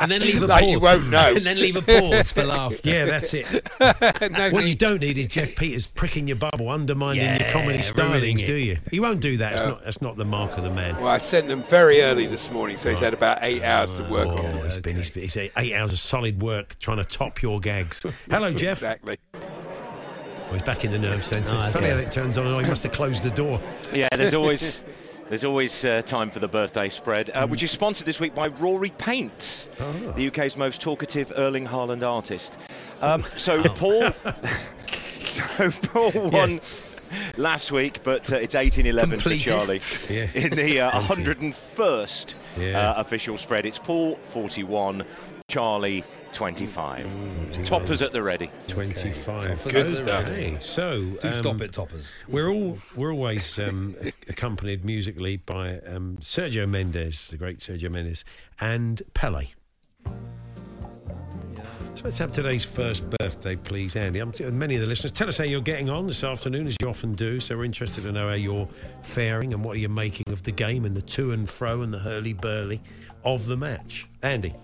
S3: And then leave a
S7: No,
S3: pause.
S7: you won't know.
S3: and then leave a pause for laughter.
S2: yeah, that's it.
S7: no
S2: What you
S7: need.
S2: don't need is Jeff Peters pricking your bubble, undermining your
S3: Yeah,
S2: comedy
S3: ruining
S2: stylings,
S3: it.
S2: do you? He won't do that. It's not, that's not the mark of the man.
S7: Well, I sent them very early this morning, so he's had about eight hours to work
S2: oh,
S7: on.
S2: it's been he's been- he's eight eight hours of solid work trying to top your gags. Hello, Jeff.
S7: Exactly.
S2: Oh, he's back in the nerve centre.
S3: Oh, that's
S2: Funny how
S3: nice.
S2: it turns on. and off. he must have closed the door.
S8: Yeah, there's always there's always uh, time for the birthday spread, uh, which is sponsored this week by Rory Paints,
S2: Oh.
S8: the UK's most talkative Erling Haaland artist. Um, so
S2: Oh.
S8: Paul, so Paul won. Last week, but uh, it's 1811 for Charlie
S3: Completists.
S2: Yeah.
S8: in the uh,
S2: Thank you.
S8: 101st
S2: Yeah.
S8: uh, official spread. It's Paul 41, Charlie 25. Toppers at the ready.
S2: Mm, Twenty-five.
S3: Okay. Good stuff.
S2: Okay, So
S3: Do
S2: um,
S3: stop it, toppers.
S2: We're all we're always um, accompanied musically by um, Sergio Mendes, the great Sergio Mendes, and Pele. So let's have today's first birthday, please, Andy. I'm, many of the listeners, tell us how you're getting on this afternoon, as you often do. So we're interested to know how you're faring and what are you making of the game and the to and fro and the hurly burly of the match, Andy.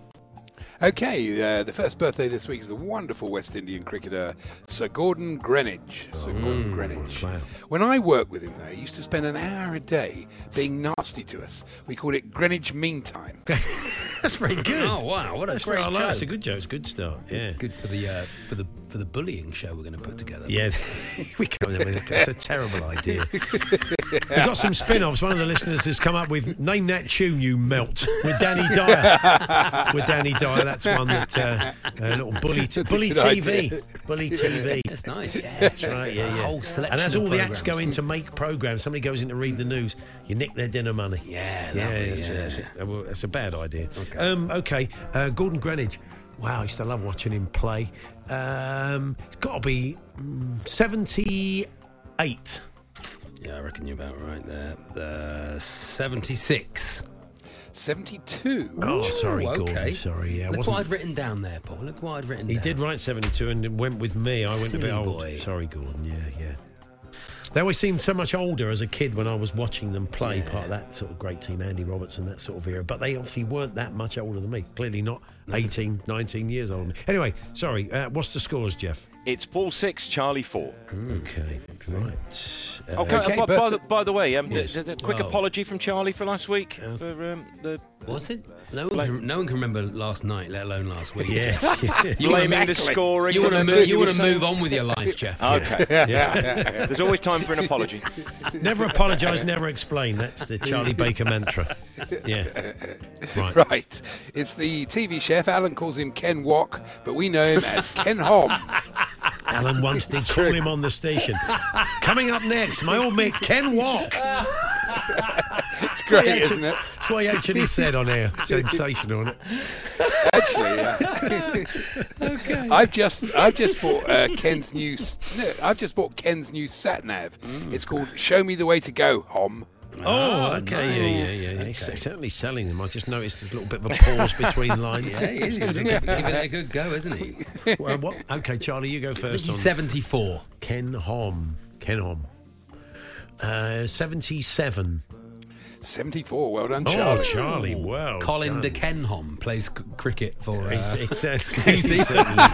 S7: Okay, uh, the first birthday this week is the wonderful West Indian cricketer Sir Gordon Greenwich. Sir Gordon Greenwich.
S2: Mm, wow.
S7: When I worked with him, though, he used to spend an hour a day being nasty to us. We called it Greenwich Mean Time.
S2: That's very good.
S3: Oh, wow, what a
S2: That's
S3: great
S2: very- I like-
S3: joke.
S2: That's a good joke. It's a good start. Yeah.
S3: Good for the uh, for the for the bullying show we're going to put together.
S2: Yeah, we come up with that's a terrible idea. We've got some spin-offs. One of the listeners has come up with "Name That Tune You Melt" with Danny Dyer. with Danny Dyer, that's one that uh, a little bully, t-
S7: That's a
S2: bully
S7: good
S2: TV,
S7: idea.
S2: bully TV.
S3: That's nice. Yeah,
S2: That's right, yeah,
S3: A
S2: yeah.
S3: whole selection
S2: and as all
S3: of
S2: the acts go in
S3: programmes.
S2: to make programs, somebody goes in to read the news, you nick their dinner money.
S3: Yeah,
S2: yeah,
S3: lovely,
S2: that's,
S3: yeah.
S2: That's, it. Uh, well, that's a bad idea. Okay, um, okay. Uh, Gordon Greenwich. Wow, I used to love watching him play. Um, it's got to be mm, 78.
S3: Yeah, I reckon you're about right there. Uh, 76.
S7: 72.
S2: Oh, sorry,
S3: Ooh,
S2: Gordon.
S3: okay.
S2: Sorry, yeah. I
S3: Look
S2: wasn't-
S3: what I'd written down there, Paul. Look what I'd written
S2: He
S3: down.
S2: did write 72 and it went with me. I went a bit
S3: Silly
S2: old.
S3: boy.
S2: Sorry, Gordon. Yeah, yeah. They always seemed so much older as a kid when I was watching them play, part of that sort of great team, Andy Robertson, that sort of era. But they obviously weren't that much older than me. Clearly not 18, 19 years old. Anyway, sorry. Uh, what's the scores, Jeff?
S8: It's Paul 6, Charlie 4.
S2: Okay, right. Uh,
S8: Okay,
S7: Okay,
S8: by, by, the,
S7: birthday-
S8: by the way, um,
S2: Yes. Oh. Uh,
S8: there's a quick
S3: Wow.
S8: apology from Charlie for last week for um, the
S3: Was it? No one, can, no one can remember last night, let alone last week.
S2: yeah.
S3: You
S8: blaming
S3: wanna-
S8: the scoring.
S3: You want to
S8: and
S3: move,
S8: everything
S3: you
S8: were
S3: want to
S8: saying.
S3: move on with your life, Jeff.
S8: Okay. There's always time for an apology.
S2: never apologise, never explain. That's the Charlie Baker mantra. Yeah. Right.
S7: Right. It's the TV chef. Alan calls him Ken Wok, but we know him as Ken Hom.
S2: Alan once did call him on the station. Coming up next, my old mate Ken Walk.
S7: It's great, isn't it?
S2: That's what he actually said on air. Sensational, isn't it?
S7: Actually, yeah. okay. I've just I've just bought uh, Ken's new s- no, I've just bought Ken's new sat nav. It's called Show Me the Way to Go, Hom.
S2: Oh, okay. Yeah, yeah, yeah. He's certainly selling them. I just noticed there's a little bit of a pause between lines.
S3: Yeah, he is. He's giving it a good go, isn't he?
S2: Well, what? Okay, Charlie, you go first. On
S3: He's 74.
S2: Ken Hom. Ken Hom. Uh, 77.
S7: Seventy four. Well done,
S2: Oh,
S7: Charlie.
S2: Charlie, wow.
S3: Colin
S2: done.
S3: de Kenholm plays c- cricket for. Uh,
S2: He's, it's, uh, he certainly does.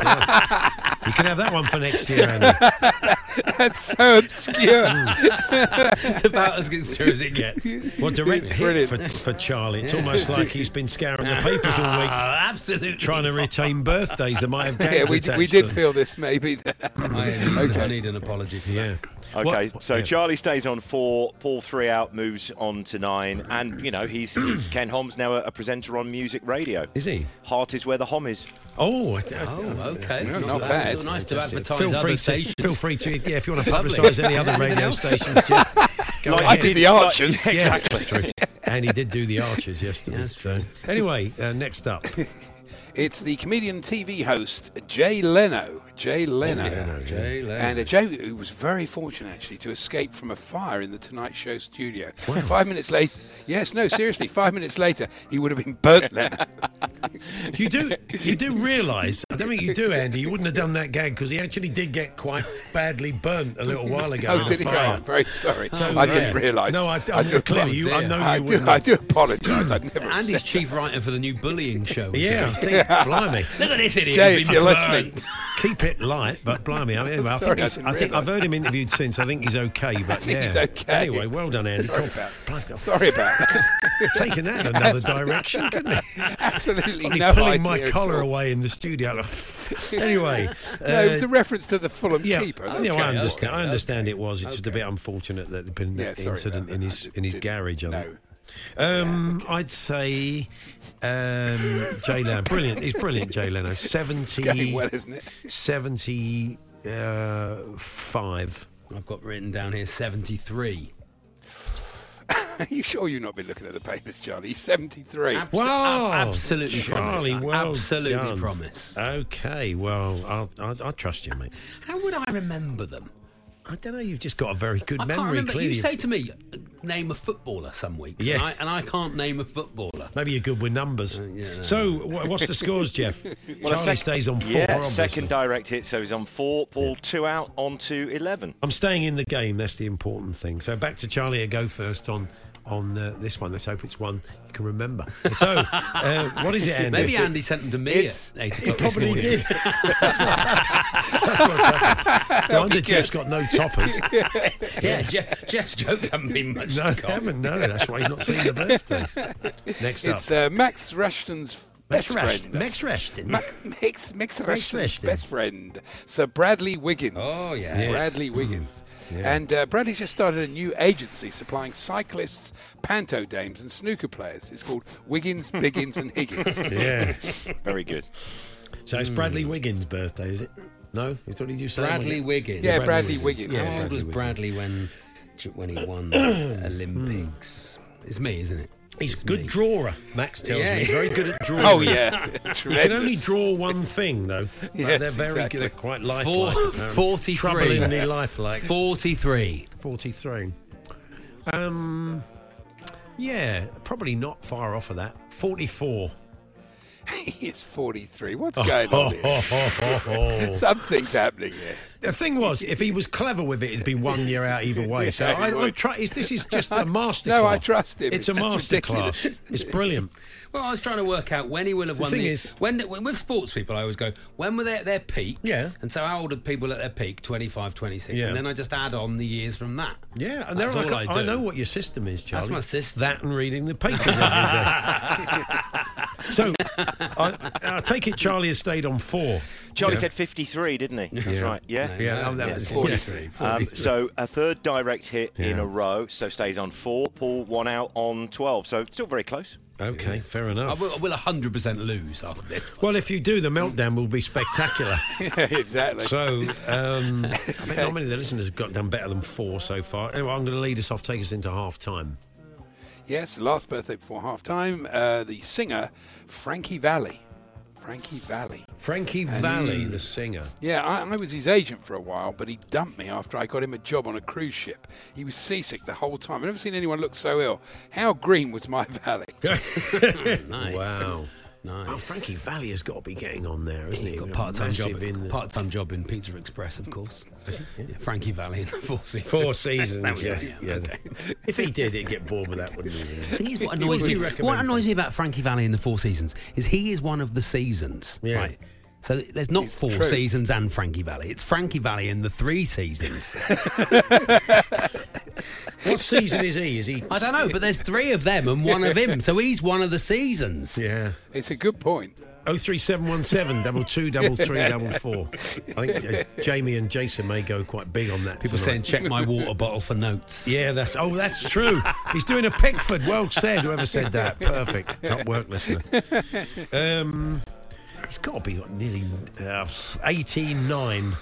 S2: You can have that one for next year, Andy.
S7: That's so obscure.
S3: it's about as obscure as it gets.
S2: What direct hit for, for Charlie? It's
S3: Yeah.
S2: almost like he's been scouring the papers all week,
S3: Ah, absolutely
S2: trying to retain birthdays that might have gangs
S7: yeah, we, d-
S2: attached
S7: we
S2: to
S7: did
S2: them.
S7: feel this maybe.
S3: I need an apology for
S2: yeah.
S8: Okay,
S2: What-
S8: so
S2: yeah.
S8: Charlie stays on four, Paul three out, moves on to nine, and you know he's Ken Hom's now a, a presenter on music radio.
S2: Is he?
S8: Heart is where the hom is.
S2: Oh,
S3: Oh, okay.
S7: Not
S3: It's
S7: bad.
S3: it's nice to
S2: Fantastic.
S3: advertise
S2: feel
S3: other
S2: free
S3: stations.
S2: To, feel free to, yeah, if you want to
S3: Lovely.
S2: publicise any other
S3: Anything
S2: radio
S3: else?
S2: stations, Jeff, go
S8: Like
S2: ahead.
S7: I did the Archers.
S8: Yeah,
S2: Yeah,
S8: exactly.
S2: that's true. and he did do the Archers yesterday. so anyway, uh, next up,
S7: It's the comedian TV host Jay Leno. Jay Leno.
S3: Jay Leno.
S7: And uh, Jay who was very fortunate actually to escape from a fire in the Tonight Show studio. Five minutes later, yes, no, seriously, five minutes later, he would have been burnt. Leno.
S2: you do you do realise? I don't think you do, Andy. You wouldn't have done that gag because he actually did get quite badly burnt a little while ago. in
S7: oh,
S2: a
S7: did he? Oh,
S2: fire.
S7: I'm very sorry.
S2: So,
S7: I
S2: yeah.
S7: didn't realise.
S2: No, I, I,
S7: do
S2: clearly you. I
S7: apologise.
S2: know you
S7: I do,
S2: wouldn't.
S7: I
S2: have.
S7: do apologise. I'd never. have
S3: And
S7: said
S3: he's chief writer for the new bullying show. with
S2: Yeah, I
S3: Jay.
S2: think, blimey.
S3: Look at this idiot.
S7: Jay,
S3: he's
S7: if
S3: been
S7: you're
S3: burned.
S7: listening,
S2: Keep it light, but blimey, I, mean, anyway, I
S7: Sorry,
S2: think he's,
S7: I
S2: I,
S7: didn't
S2: think I've
S7: realise.
S2: heard him interviewed since. I think he's okay, but
S7: think
S2: yeah,
S7: he's okay.
S2: Anyway, well done, Andy.
S7: Sorry
S2: Cool.
S7: about
S2: Blimey,
S7: that. Sorry about that.
S2: Taking that in another direction, couldn't it?
S7: Absolutely
S2: Only
S7: no
S2: pulling
S7: idea
S2: my
S7: at
S2: collar
S7: all.
S2: away in the studio. anyway,
S7: No, it was
S2: uh,
S7: a reference to the Fulham
S2: yeah,
S7: keeper.
S2: yeah,
S7: That's
S2: well,
S7: what
S2: I
S7: it was.
S2: understand. I understand it was. It's just a bit unfortunate that there'd been
S7: Yeah,
S2: that
S7: sorry about
S2: incident
S7: that.
S2: in
S7: I
S2: his
S7: didn't-
S2: in his
S7: didn't
S2: garage. I
S7: know.
S2: think. Um, I'd say um, Jay Leno. Brilliant. He's brilliant, Jay Leno. Seventy.
S7: Going well, isn't it?
S2: uh, Seventy-five.
S3: I've got written down here 73.
S7: Are you sure you've not been looking at the papers, Charlie? He's 73.
S3: Abso-
S2: Wow.
S3: ab- absolutely promise.
S2: Charlie,
S3: I
S2: well
S3: absolutely
S2: done.
S3: promise.
S2: Okay, well, I'll, I'll, I'll trust you, mate.
S3: How would I remember them?
S2: I don't know. You've just got a very good
S3: I
S2: memory.
S3: can't remember.
S2: Clearly,
S3: You say to me, name a footballer some weeks.
S2: Yes.
S3: And I, and I can't name a footballer. Uh,
S2: Maybe you're good with numbers. So, wha- what's the scores, Jeff?
S8: Well, a
S2: Charlie
S8: sec-
S2: stays on four.
S8: Yeah,
S2: obviously.
S8: second direct hit, so he's on four. Paul two out, on to eleven.
S2: I'm staying in the game. That's the important thing. So, back to Charlie. I go first on on uh, this one. Let's hope it's one you can remember. So, uh, what is it, Andy?
S3: Maybe Andy sent them to me
S7: It's-
S3: at 8
S2: He
S3: o'clock this
S2: probably
S3: morning.
S2: did. That's what's happened. That's what's happened. No wonder Jeff's got no toppers.
S3: Yeah, Jeff, Jeff's jokes haven't been much
S2: No,
S3: to go.
S2: heaven, no. That's why he's not seeing the birthdays. Next
S7: It's
S2: up.
S7: uh, Max Rashton's
S2: Max
S7: best
S2: Rash-
S7: friend.
S2: Max Rashton.
S7: Ma- Max, Max Rashton's
S2: Rashton.
S7: best friend, Sir Bradley Wiggins.
S3: Oh, yeah. Yes.
S7: Bradley
S2: Hmm.
S7: Wiggins. And uh, Bradley's just started a new agency supplying cyclists, panto dames, and snooker players. It's called Wiggins, Biggins, and Higgins.
S2: yeah.
S8: Very good.
S2: So, it's Bradley Wiggins' birthday, is it? No? You thought he'd do something.
S3: Hmm. Bradley Wiggins.
S7: Yeah,
S2: Bradley
S7: Bradley
S2: Wiggins.
S7: Wiggins.
S2: Yeah, Hmm.
S3: How old was Bradley when when he won the Olympics? It's me, isn't it?
S2: He's
S3: It's
S2: a good
S3: me.
S2: drawer, Max tells
S3: Yeah.
S2: me. He's very good at drawing.
S7: Oh yeah,
S2: You can only draw one thing, though. Like,
S7: Yes,
S2: they're very
S7: exactly.
S2: good, quite
S3: Four-
S2: lifelike. apparently.
S3: 43.
S2: Troublingly lifelike.
S3: 43.
S2: 43. Um, yeah, probably not far off of that. 44.
S7: He is 43. What's going on here? Something's happening here.
S2: The thing was, if he was clever with it, it'd be one year out either way. So
S7: Yeah, he
S2: I, I
S7: would.
S2: try, is, this is just a masterclass.
S7: No, I trust him. It's
S2: It's, a
S7: just
S2: masterclass.
S7: ridiculous.
S2: It's brilliant.
S3: Well, I was trying to work out when he will have
S2: The
S3: won
S2: thing
S3: the.
S2: is-
S3: when, when with sports people, I always go, when were they at their peak?
S2: Yeah.
S3: And so how old are people at their peak? 25, 26.
S2: Yeah.
S3: And then I just add on the years from that.
S2: Yeah, and
S3: that's
S2: there
S3: all
S2: I,
S3: I,
S2: got-
S3: do.
S2: I know what your system is, Charlie.
S3: That's my system.
S2: That and reading the papers every day. so, I, I take it Charlie has stayed on four.
S8: Charlie
S2: Jeff.
S8: said fifty-three, didn't he? That's
S2: Yeah.
S8: right. Yeah.
S2: Yeah, that- that was- yeah.
S3: 43.
S8: Um, so a third direct hit in
S2: Yeah.
S8: a row, so stays on four. Paul one out on twelve, so still very close.
S2: Okay, fair
S3: I
S2: enough.
S3: will, I will 100% lose after this.
S2: Well, if you do, the meltdown will be spectacular.
S7: Yeah, exactly.
S2: so, um, I bet not many of the listeners have got done better than four so far. Anyway, I'm going to lead us off, take us into half time.
S7: Yes, last birthday before half time, uh, the singer Frankie Valley. Frankie Valley.
S2: Frankie Valley, the singer.
S7: Yeah, I, I was his agent for a while, but he dumped me after I got him a job on a cruise ship. He was seasick the whole time. I've never seen anyone look so ill. How green was my valley?
S3: nice.
S2: Wow.
S3: Nice.
S2: Oh, Frankie Valley has got to be getting on there, isn't he?
S3: He's got
S2: A
S3: a part-time
S2: massive
S3: job
S2: in
S3: in
S2: the-
S3: part-time job in Pizza Express, of course. Yeah, Frankie Valley in the Four Seasons.
S2: Four seasons,
S3: That
S2: yeah.
S3: was-
S2: yeah. If he did, he'd get bored with that, wouldn't he?
S3: The thing is, what annoys
S2: would
S3: me,
S2: be
S3: what
S2: recommended.
S3: annoys me about Frankie Valley in the Four Seasons is he is one of the seasons,
S2: Yeah.
S3: right? So th- there's not four
S7: true.
S3: seasons and Frankie Valley. It's Frankie Valley in the three seasons.
S2: What season is he? Is he?
S3: I don't know, but there's three of them and one of him. So he's one of the seasons.
S2: Yeah.
S7: It's a good point.
S2: Oh three seven one seven double two double three double four. I think uh, Jamie and Jason may go quite big on that.
S3: People
S2: tonight.
S3: saying, check my water bottle for notes.
S2: Yeah, that's oh, that's true. He's doing a Pickford. Well said. Whoever said that, perfect. Top work, listener. Um, he's got to be what, nearly uh, eighty nine.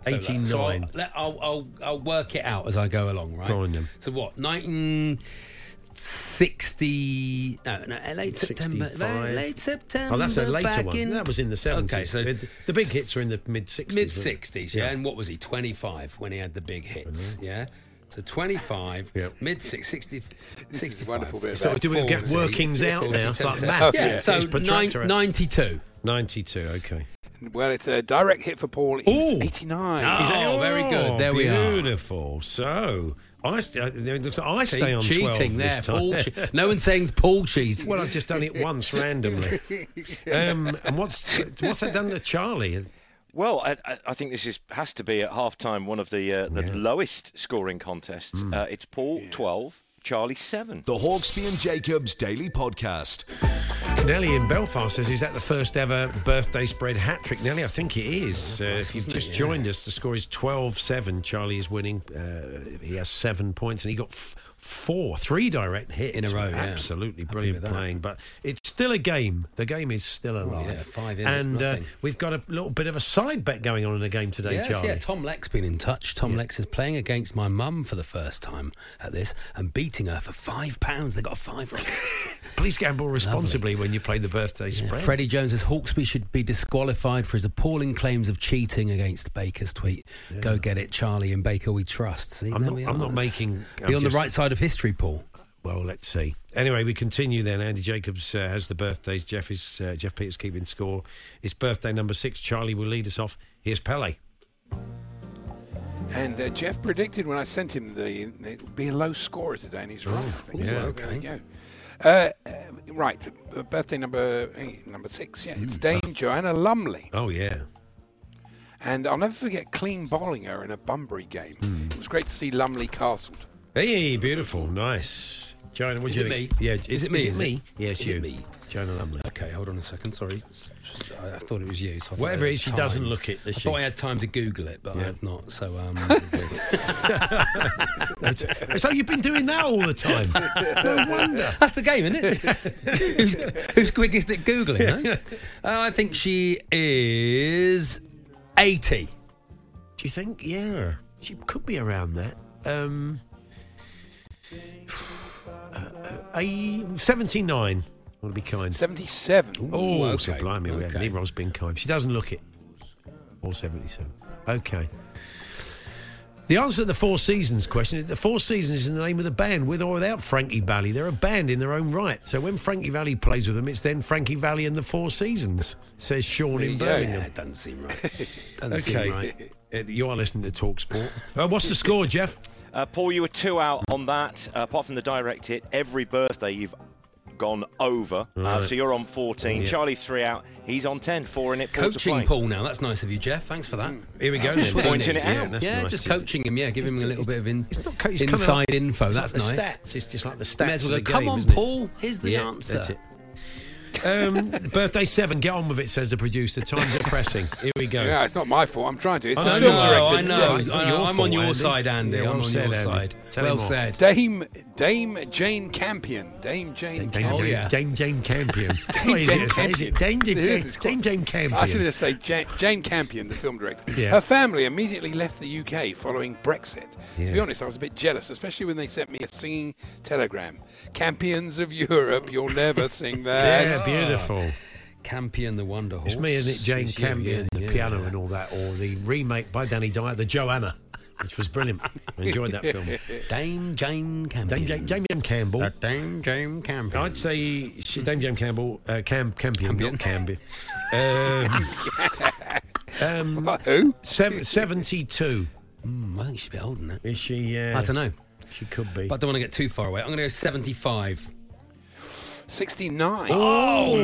S3: So, like,
S2: Eighty
S3: so
S2: nine.
S3: I'll, let- I'll, I'll, I'll work it out as I go along, right?
S2: Go on then.
S3: So what? 1960. No, no, late September. Late,
S2: 65.
S3: late September.
S2: Oh, that's a later
S3: back
S2: one.
S3: in-
S2: that was in the seventies.
S3: Okay, so
S2: the big hits were in the mid sixties.
S3: Mid 60s, yeah. And what was he? 25 when he had the big
S2: Mm-hmm.
S3: hits, yeah? So 25, mid 60, 65.
S7: wonderful bit of
S2: So do we get workings out now? It's like maths.
S3: Yeah,
S7: Yeah.
S3: so
S2: It's protractor
S3: nine-
S2: out.
S3: 92.
S2: 92, okay.
S7: Well, it's a direct hit for Paul. He's 89.
S2: Is that-
S3: Oh, very good. There we are.
S2: Beautiful. So, I, st- uh, it looks like I
S3: See,
S2: stay on 12
S3: cheating there.
S2: this time.
S3: Paul che- no one's saying Paul cheese.
S2: well, I've just done it once randomly. Um, and what's what's that done to Charlie?
S8: Well, I, I- I think this is has to be at half time one of the uh, the lowest scoring contests.
S2: Mm.
S8: Uh, it's Paul 12, Charlie 7.
S1: The Hawksby and Jacobs Daily Podcast.
S2: Nelly in Belfast says, is that the first ever birthday spread hat trick? Nelly, I think it is. Uh,
S3: Oh,
S2: if you've just joined us, the score is 12 7. Charlie is winning. Uh, he has seven points and he got f- four, three direct hits
S3: In a row, yeah.
S2: Absolutely
S3: Happy
S2: brilliant
S3: with that.
S2: playing. But it's still a game. The game is still alive.
S3: yeah, five in,
S2: And uh,
S3: nothing.
S2: we've got a little bit of a side bet going on in the game today,
S3: Yes,
S2: Charlie.
S3: yeah. Tom Leck's been in touch. Tom Lex is playing against my mum for the first time at this and beating her for five pounds. They got a five.
S2: Please gamble responsibly when you play the birthday spread.
S3: Freddie Jones says Hawksby should be disqualified for his appalling claims of cheating against Baker's tweet. Go get it, Charlie and Baker. We trust. See,
S2: I'm
S3: there
S2: not-
S3: we
S2: I'm
S3: are.
S2: not making-
S3: Be
S2: I'm
S3: on
S2: just-
S3: the right side of history, Paul.
S2: Well, let's see. Anyway, we continue then. Andy Jacobs uh, has the birthdays. Jeff is uh, Jeff Peters keeping score. It's birthday number six. Charlie will lead us off. Here's Pele.
S7: And uh, Jeff predicted when I sent him the it'll be a low scorer today, and he's right. I think.
S2: Oh, yeah,
S7: So there we go. Uh, uh, right, uh, birthday number eh, number six. Yeah,
S2: Hmm.
S7: it's Dame Joanna Lumley,
S2: Oh yeah,
S7: and I'll never forget clean bowling her in a Bunbury game. It was great to see Lumley castled.
S2: Hmm. hey, beautiful, nice. Joanna, what do
S3: Is
S2: you
S3: it
S2: think?
S3: me?
S2: Yeah,
S3: Is it me,
S2: Is
S3: is
S2: it
S3: it?
S2: me? Yes,
S3: Is
S2: you.
S3: it me?
S2: Joanna Lumley.
S3: Okay, hold on a second. Sorry, S- s- I I thought it was you. So I thought I
S2: Whatever it
S3: had
S2: is, she
S3: time.
S2: doesn't look it,
S3: I
S2: does she?
S3: thought I had time to Google it, but
S2: Yeah.
S3: I've not. So, um,
S2: so you've been doing that all the time. No wonder.
S3: That's the game, isn't it? who's, who's quickest at Googling, huh? Uh, I think she is 80.
S2: Do you think? Yeah, she could be around that. Um, uh, uh, a- seventy-nine. I want to be kind.
S7: Seventy-seven.
S2: Oh,
S3: okay.
S2: so blimey, we had
S3: Okay.
S2: Nero's been kind. She doesn't look it. Or 77. Okay. The answer to the Four Seasons question is the Four Seasons is the name of the band, with or without Frankie Valley. They're a band in their own right. So when Frankie Valley plays with them, it's then Frankie Valley and the Four Seasons, says Sean in
S7: There you go.
S2: Birmingham.
S3: That doesn't seem right. Doesn't
S2: Okay.
S3: seem right.
S2: Uh, You are listening to Talk Sport. uh, what's the score, Jeff?
S8: Uh, Paul, you were two out on that. Uh, apart from the direct hit, every birthday you've gone over. Uh,
S2: Right.
S8: so you're on 14.
S2: Yeah.
S8: Charlie, three out. He's on 10. Four in it. Paul to
S3: Coaching
S8: play.
S3: Paul now. That's nice of you, Jeff. Thanks for that.
S2: Here we go.
S8: Just
S2: then.
S8: pointing it
S2: Yeah,
S8: out.
S2: that's
S3: yeah,
S2: nice.
S3: just coaching him. Yeah, give him a little bit of in,
S2: It's not co- it's coming
S3: inside
S2: up-
S3: info.
S2: it's
S3: That's
S2: like the
S3: nice.
S2: Stats. It's just like
S3: May
S2: the stats.
S3: as
S2: of
S3: well
S2: the
S3: go, Come
S2: game,
S3: on,
S2: isn't it?"
S3: Paul. Here's the
S2: yeah,
S3: answer.
S2: That's it. Um, birthday seven, get on with it, says the producer. Times are pressing. Here we go.
S7: Yeah, it's not my fault. I'm trying to. It's
S2: I
S3: No,
S7: the
S2: know,
S3: no,
S7: film
S3: I
S7: director.
S3: know. I
S2: It's not
S3: know.
S2: your
S3: I'm
S2: fault,
S3: on your
S2: Andy.
S3: side, Andy.
S2: Yeah,
S3: I'm
S2: well
S3: on
S2: said,
S3: your
S2: Andy.
S3: side.
S2: Tell
S3: well
S2: him off.
S3: said.
S7: Dame Dame Jane Campion. Dame Jane.
S2: Dame,
S3: Oh,
S2: Jane,
S3: yeah.
S2: Dame Jane Campion. Oh, is
S7: Jane
S2: it? Is it?
S7: Campion.
S2: Dame Jane,
S7: It is, it's
S2: Dame
S7: quite-
S2: Jane
S7: I should
S2: Campion.
S7: just say Jane, Jane Campion, the film director.
S2: Yeah.
S7: Her family immediately left the UK following Brexit. To be
S2: Yeah.
S7: honest, I was a bit jealous, especially when they sent me a singing telegram. Campions of Europe, you'll never sing that.
S2: Yeah, beautiful.
S3: Campion the Wonder Horse.
S2: It's me and it, Jane
S3: It's you,
S2: Campion,
S3: yeah,
S2: the
S3: yeah,
S2: piano
S3: yeah.
S2: and all that, or the remake by Danny Dyer, the Joanna, which was brilliant. I enjoyed that film.
S3: Dame Jane Campion.
S2: Dame Jane, Dame Jane Campbell.
S3: That Dame Jane Campion.
S2: I'd say she, Dame Jane Campbell, uh, Cam, Campion, not Campion. Um, um,
S7: Who?
S2: sev- 72. Hmm,
S3: Mm, I think she's a bit older than that.
S2: Is she? Uh,
S3: I don't know.
S2: She could be.
S3: But I don't want to get too far away. I'm going to go 75.
S7: 69. Ah.
S2: Oh,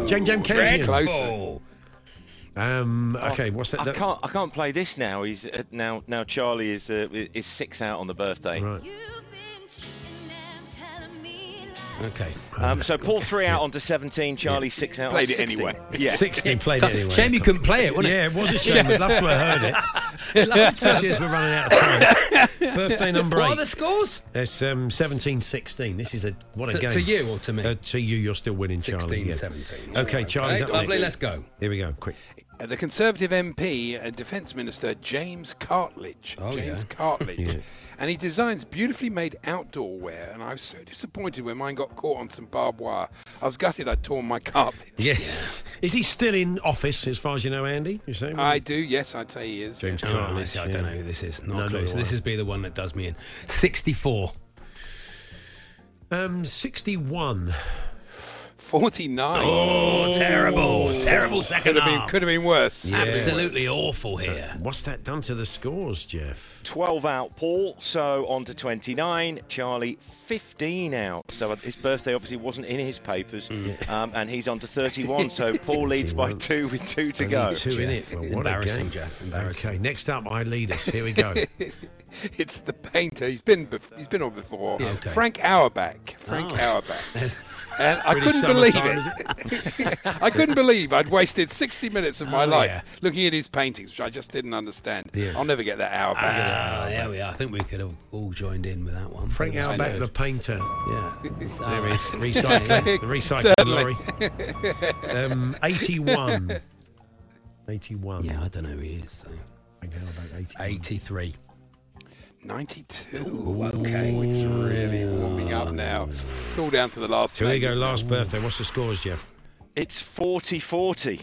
S2: no! Jane Jane Campion.
S7: Closer.
S3: Oh,
S2: Um, okay, what's that?
S8: Oh, I
S2: that-
S8: can't. I can't play this now. He's uh, now. Now Charlie is uh, is six out on the birthday.
S2: Right.
S3: Okay.
S8: Um, so Paul three out onto seventeen. Charlie six out.
S7: Played
S8: on
S7: it
S8: 16.
S7: anyway.
S8: Yeah,
S2: 16 played it anyway.
S3: Shame you couldn't play it, wasn't it?
S2: Yeah, it was a shame. I'd love to have heard it.
S3: Love to
S2: Just as we're running out of time. Birthday number
S3: What are
S2: eight.
S3: the scores?
S2: It's um, 17-16. This is a what a
S3: To-
S2: game.
S3: to you or to me?
S2: Uh, to you, you're still winning, Charlie.
S3: 16,
S2: yeah.
S3: 17.
S2: Okay, Charlie's
S3: Right,
S2: up
S3: lovely,
S2: next.
S3: let's go.
S2: Here we go, quick.
S7: Uh, The Conservative MP and Defence Minister James Cartledge.
S3: Oh,
S7: James
S3: yeah.
S7: Cartledge.
S2: Yeah.
S7: And he designs beautifully made outdoor wear, and I was so disappointed when mine got caught on some barbed wire. I was gutted I'd torn my carpet.
S2: Yeah. Is he still in office, as far as you know, Andy? You saying?
S7: I do, yes, I'd say he is.
S2: James
S3: Oh, I,
S2: Cartledge.
S3: see, I
S2: yeah.
S3: don't know who this is. Not
S2: No,
S3: close.
S2: neither do
S3: This
S2: I.
S3: is be the one that does me in. 64.
S2: Um, 61.
S7: 49.
S3: Oh, terrible. Terrible second
S7: Could have been,
S3: half.
S7: could have been worse.
S2: Yeah.
S3: Absolutely awful
S2: So
S3: here.
S2: what's that done to the scores, Jeff?
S8: twelve out. Paul so onto twenty nine. Charlie fifteen out. So uh, his birthday obviously wasn't in his papers,
S2: Mm.
S8: um, and he's onto thirty one. So Paul leads by two with two to
S2: Only
S8: go.
S2: Two in it.
S3: Jeff,
S2: Well, what a
S3: embarrassing,
S2: game.
S3: Jeff.
S2: Okay,
S3: Embarrassing.
S2: next up, I lead us. Here we go.
S7: It's the painter. He's been bef- he's been on before.
S3: Yeah, okay. Oh.
S7: Frank Auerbach. Frank Auerbach. And I
S2: British
S7: couldn't believe
S2: summertime,
S7: it. I couldn't believe I'd wasted 60 minutes of my
S3: Oh,
S7: life
S3: yeah.
S7: looking at his paintings, which I just didn't understand.
S3: Yes.
S7: I'll never get that Auerbach.
S3: Ah, there we are. I think we could have all joined in with that one.
S2: Frank
S3: That was
S2: Auerbach,
S3: good.
S2: the painter.
S3: Yeah. uh,
S2: There he is. Recycling. the recycling lorry. Um, 81. 81.
S3: Yeah, I don't know who he is. So.
S2: Frank Auerbach, 81.
S3: 83.
S7: 92.
S3: okay.
S7: Oh, it's really warming up now. It's all down to the last
S2: Ah. Here we
S7: pages
S2: go,
S7: now.
S2: last birthday. What's the scores, Jeff?
S8: It's 40-40.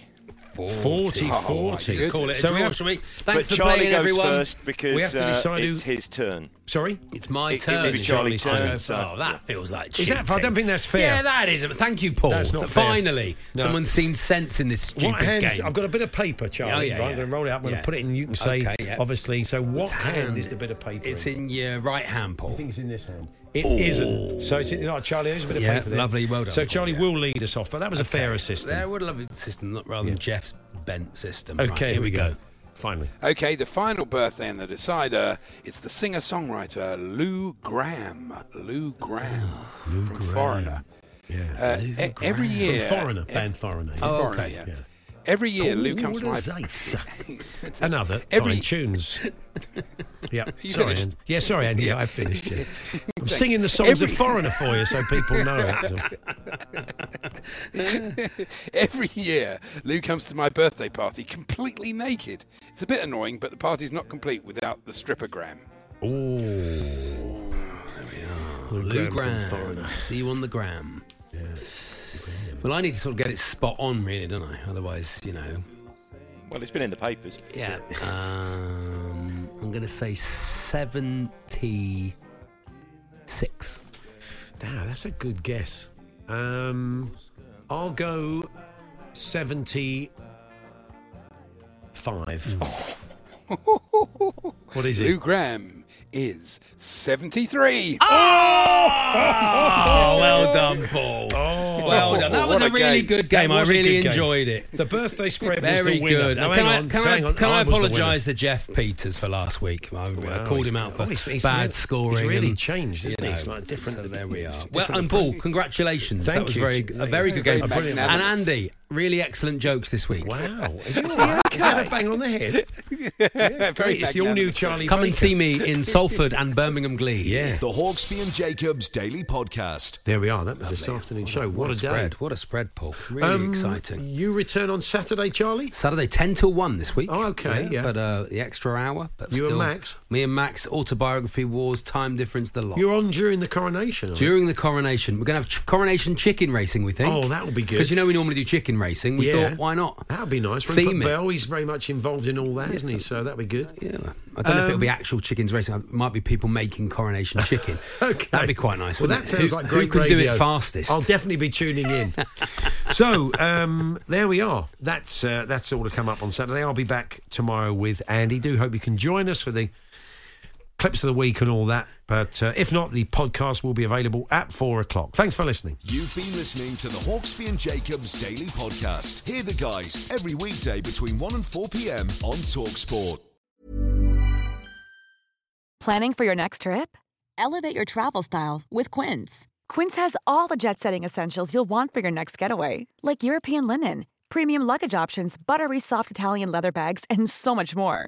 S2: 40, 40.
S3: Let's call it a
S2: Oh, So
S3: draw,
S2: we're-
S3: shall we? Thanks
S8: but
S3: for
S8: Charlie
S3: playing,
S8: goes
S3: everyone.
S8: first because
S2: We have to
S8: uh,
S2: decide who-
S8: it's his turn.
S2: Sorry?
S3: It's my
S8: It- it
S3: turn.
S8: was
S3: It's
S8: Charlie's turn,
S3: Oh,
S8: so-
S3: that feels like
S2: Is that-
S3: cheating.
S2: I don't think that's fair.
S3: Yeah, that is. Thank you, Paul.
S2: That's not fair.
S3: Finally,
S2: No.
S3: someone's seen sense in this stupid
S2: what hands?
S3: game.
S2: I've got a bit of paper, Charlie.
S3: Oh, yeah,
S2: right,
S3: yeah.
S2: I'm going to roll it up. I'm going
S3: Yeah.
S2: to put it in. You can say,
S3: Okay, yeah.
S2: obviously. So, what
S3: It's
S2: hand, is the bit of paper?
S3: It's
S2: in?
S3: in your right hand, Paul.
S2: I think it's in this hand. It not So, it's in, oh, Charlie, there's a bit of
S3: Yeah,
S2: paper there.
S3: lovely, well done,
S2: So,
S3: Paul,
S2: Charlie
S3: yeah.
S2: will lead us off, but that was a fair assist.
S3: There would love a system not- rather than Jeff's bent system.
S2: Okay,
S3: Right, here we go.
S2: Finally.
S7: Okay, the final birthday and the decider. It's the singer-songwriter Lou Graham. Lou Graham from Foreigner.
S2: Ah, Yeah.
S7: Uh, e- every year,
S2: From Foreigner, band Foreigner.
S7: From
S3: Oh,
S7: Foreigner,
S3: okay.
S7: yeah.
S2: Yeah.
S7: Every year, Lou comes to my.
S2: Cool as ice. Another
S7: Every-
S2: fine tunes. yeah,
S7: You
S2: sorry,
S7: finished?
S2: Andy. Yeah, sorry, Andy. Yeah, I finished. Yeah. I'm singing the songs of
S7: Every-
S2: Foreigner for you, so people know it.
S7: Every year, Lou comes to my birthday party completely naked. It's a bit annoying, but the party's not complete without the strippogram.
S2: Oh,
S3: Lou Graham. See you on the gram. Well, I need to sort of get it spot on, really, don't I? Otherwise, you know.
S8: Well, it's been in the papers.
S3: Yeah. Um, I'm going to say 76.
S2: Now, that's a good guess. Um, I'll go 75. what is
S7: Mm. Lou
S2: it?
S7: Graham is 73.
S3: Oh, well done, Paul.
S2: Ah! Oh,
S3: well done. That
S7: what
S3: was a,
S7: a
S3: really
S7: game.
S3: good game.
S2: That
S3: I
S2: was a
S3: really
S2: good game.
S3: enjoyed it.
S2: The birthday spread was
S3: Very
S2: the winner.
S3: good.
S2: Now,
S3: can
S2: hang
S3: I,
S2: on,
S3: can
S2: so hang
S3: I,
S2: on.
S3: can I,
S2: was the winner.
S3: apologise to Jeff Peters for last week? I, I
S2: Wow,
S3: called
S2: he's-
S3: him out for
S2: oh, he's- he's
S3: bad
S2: really-
S3: scoring.
S2: he's really
S3: and,
S2: changed,
S3: you
S2: isn't he? It's
S3: know,
S2: like different-
S3: So there we are.
S2: different
S3: Well, and Paul, congratulations.
S2: Thank
S3: that was
S2: you.
S3: very
S2: Thank
S3: a very
S2: you.
S3: good
S2: Very
S3: game. And
S7: magnanimous.
S3: Andy, really excellent jokes this week.
S2: Wow. Is, he all right? Is that a bang on the head?
S7: Very
S2: Great. It's the all new
S7: magnanimous.
S2: Charlie
S3: Come and
S2: Baker.
S3: see me in Salford and Birmingham Glee.
S2: Yeah.
S1: The Hawksby and Jacobs Daily Podcast.
S2: There we are. That was this afternoon's show.
S3: What
S2: What,
S3: a
S2: a day.
S3: spread. What a spread, Paul. Really
S2: Um,
S3: exciting.
S2: You return on Saturday, Charlie?
S3: Saturday, 10 till 1 this week.
S2: Oh, okay, yeah.
S3: But uh, the extra hour. But
S2: You and
S3: still-
S2: Max?
S3: Me and Max, autobiography, wars, time difference, the lot.
S2: You're on during the coronation. aren't you?
S3: During the coronation, we're going to have ch- coronation chicken racing. We think.
S2: Oh, that would be good.
S3: Because you know we normally do chicken racing. We thought, why not?
S2: That'd be nice.
S3: Theme
S2: Rupert
S3: it.
S2: Bell, he's very much involved in all that, isn't he? So that'd be good.
S3: Yeah. I don't know if it'll
S2: Um,
S3: be actual chickens racing. It might be people making coronation chicken.
S2: Okay.
S3: That'd be quite nice.
S2: Well, that
S3: wouldn't it?
S2: sounds
S3: Who-
S2: like great
S3: Who could do
S2: radio.
S3: it fastest?
S2: I'll definitely be tuning in. so um, there we are. That's uh, that's all to come up on Saturday. I'll be back tomorrow with Andy. Do hope you can join us for the clips of the week and all that. But uh, if not, the podcast will be available at four o'clock. Thanks for listening.
S1: You've been listening to the Hawksby and Jacobs Daily Podcast. Hear the guys every weekday between 1 and 4 p.m. on Talksport.
S9: Planning for your next trip?
S10: Elevate your travel style with Quince.
S9: Quince has all the jet setting essentials you'll want for your next getaway, like European linen, premium luggage options, buttery soft Italian leather bags, and so much more.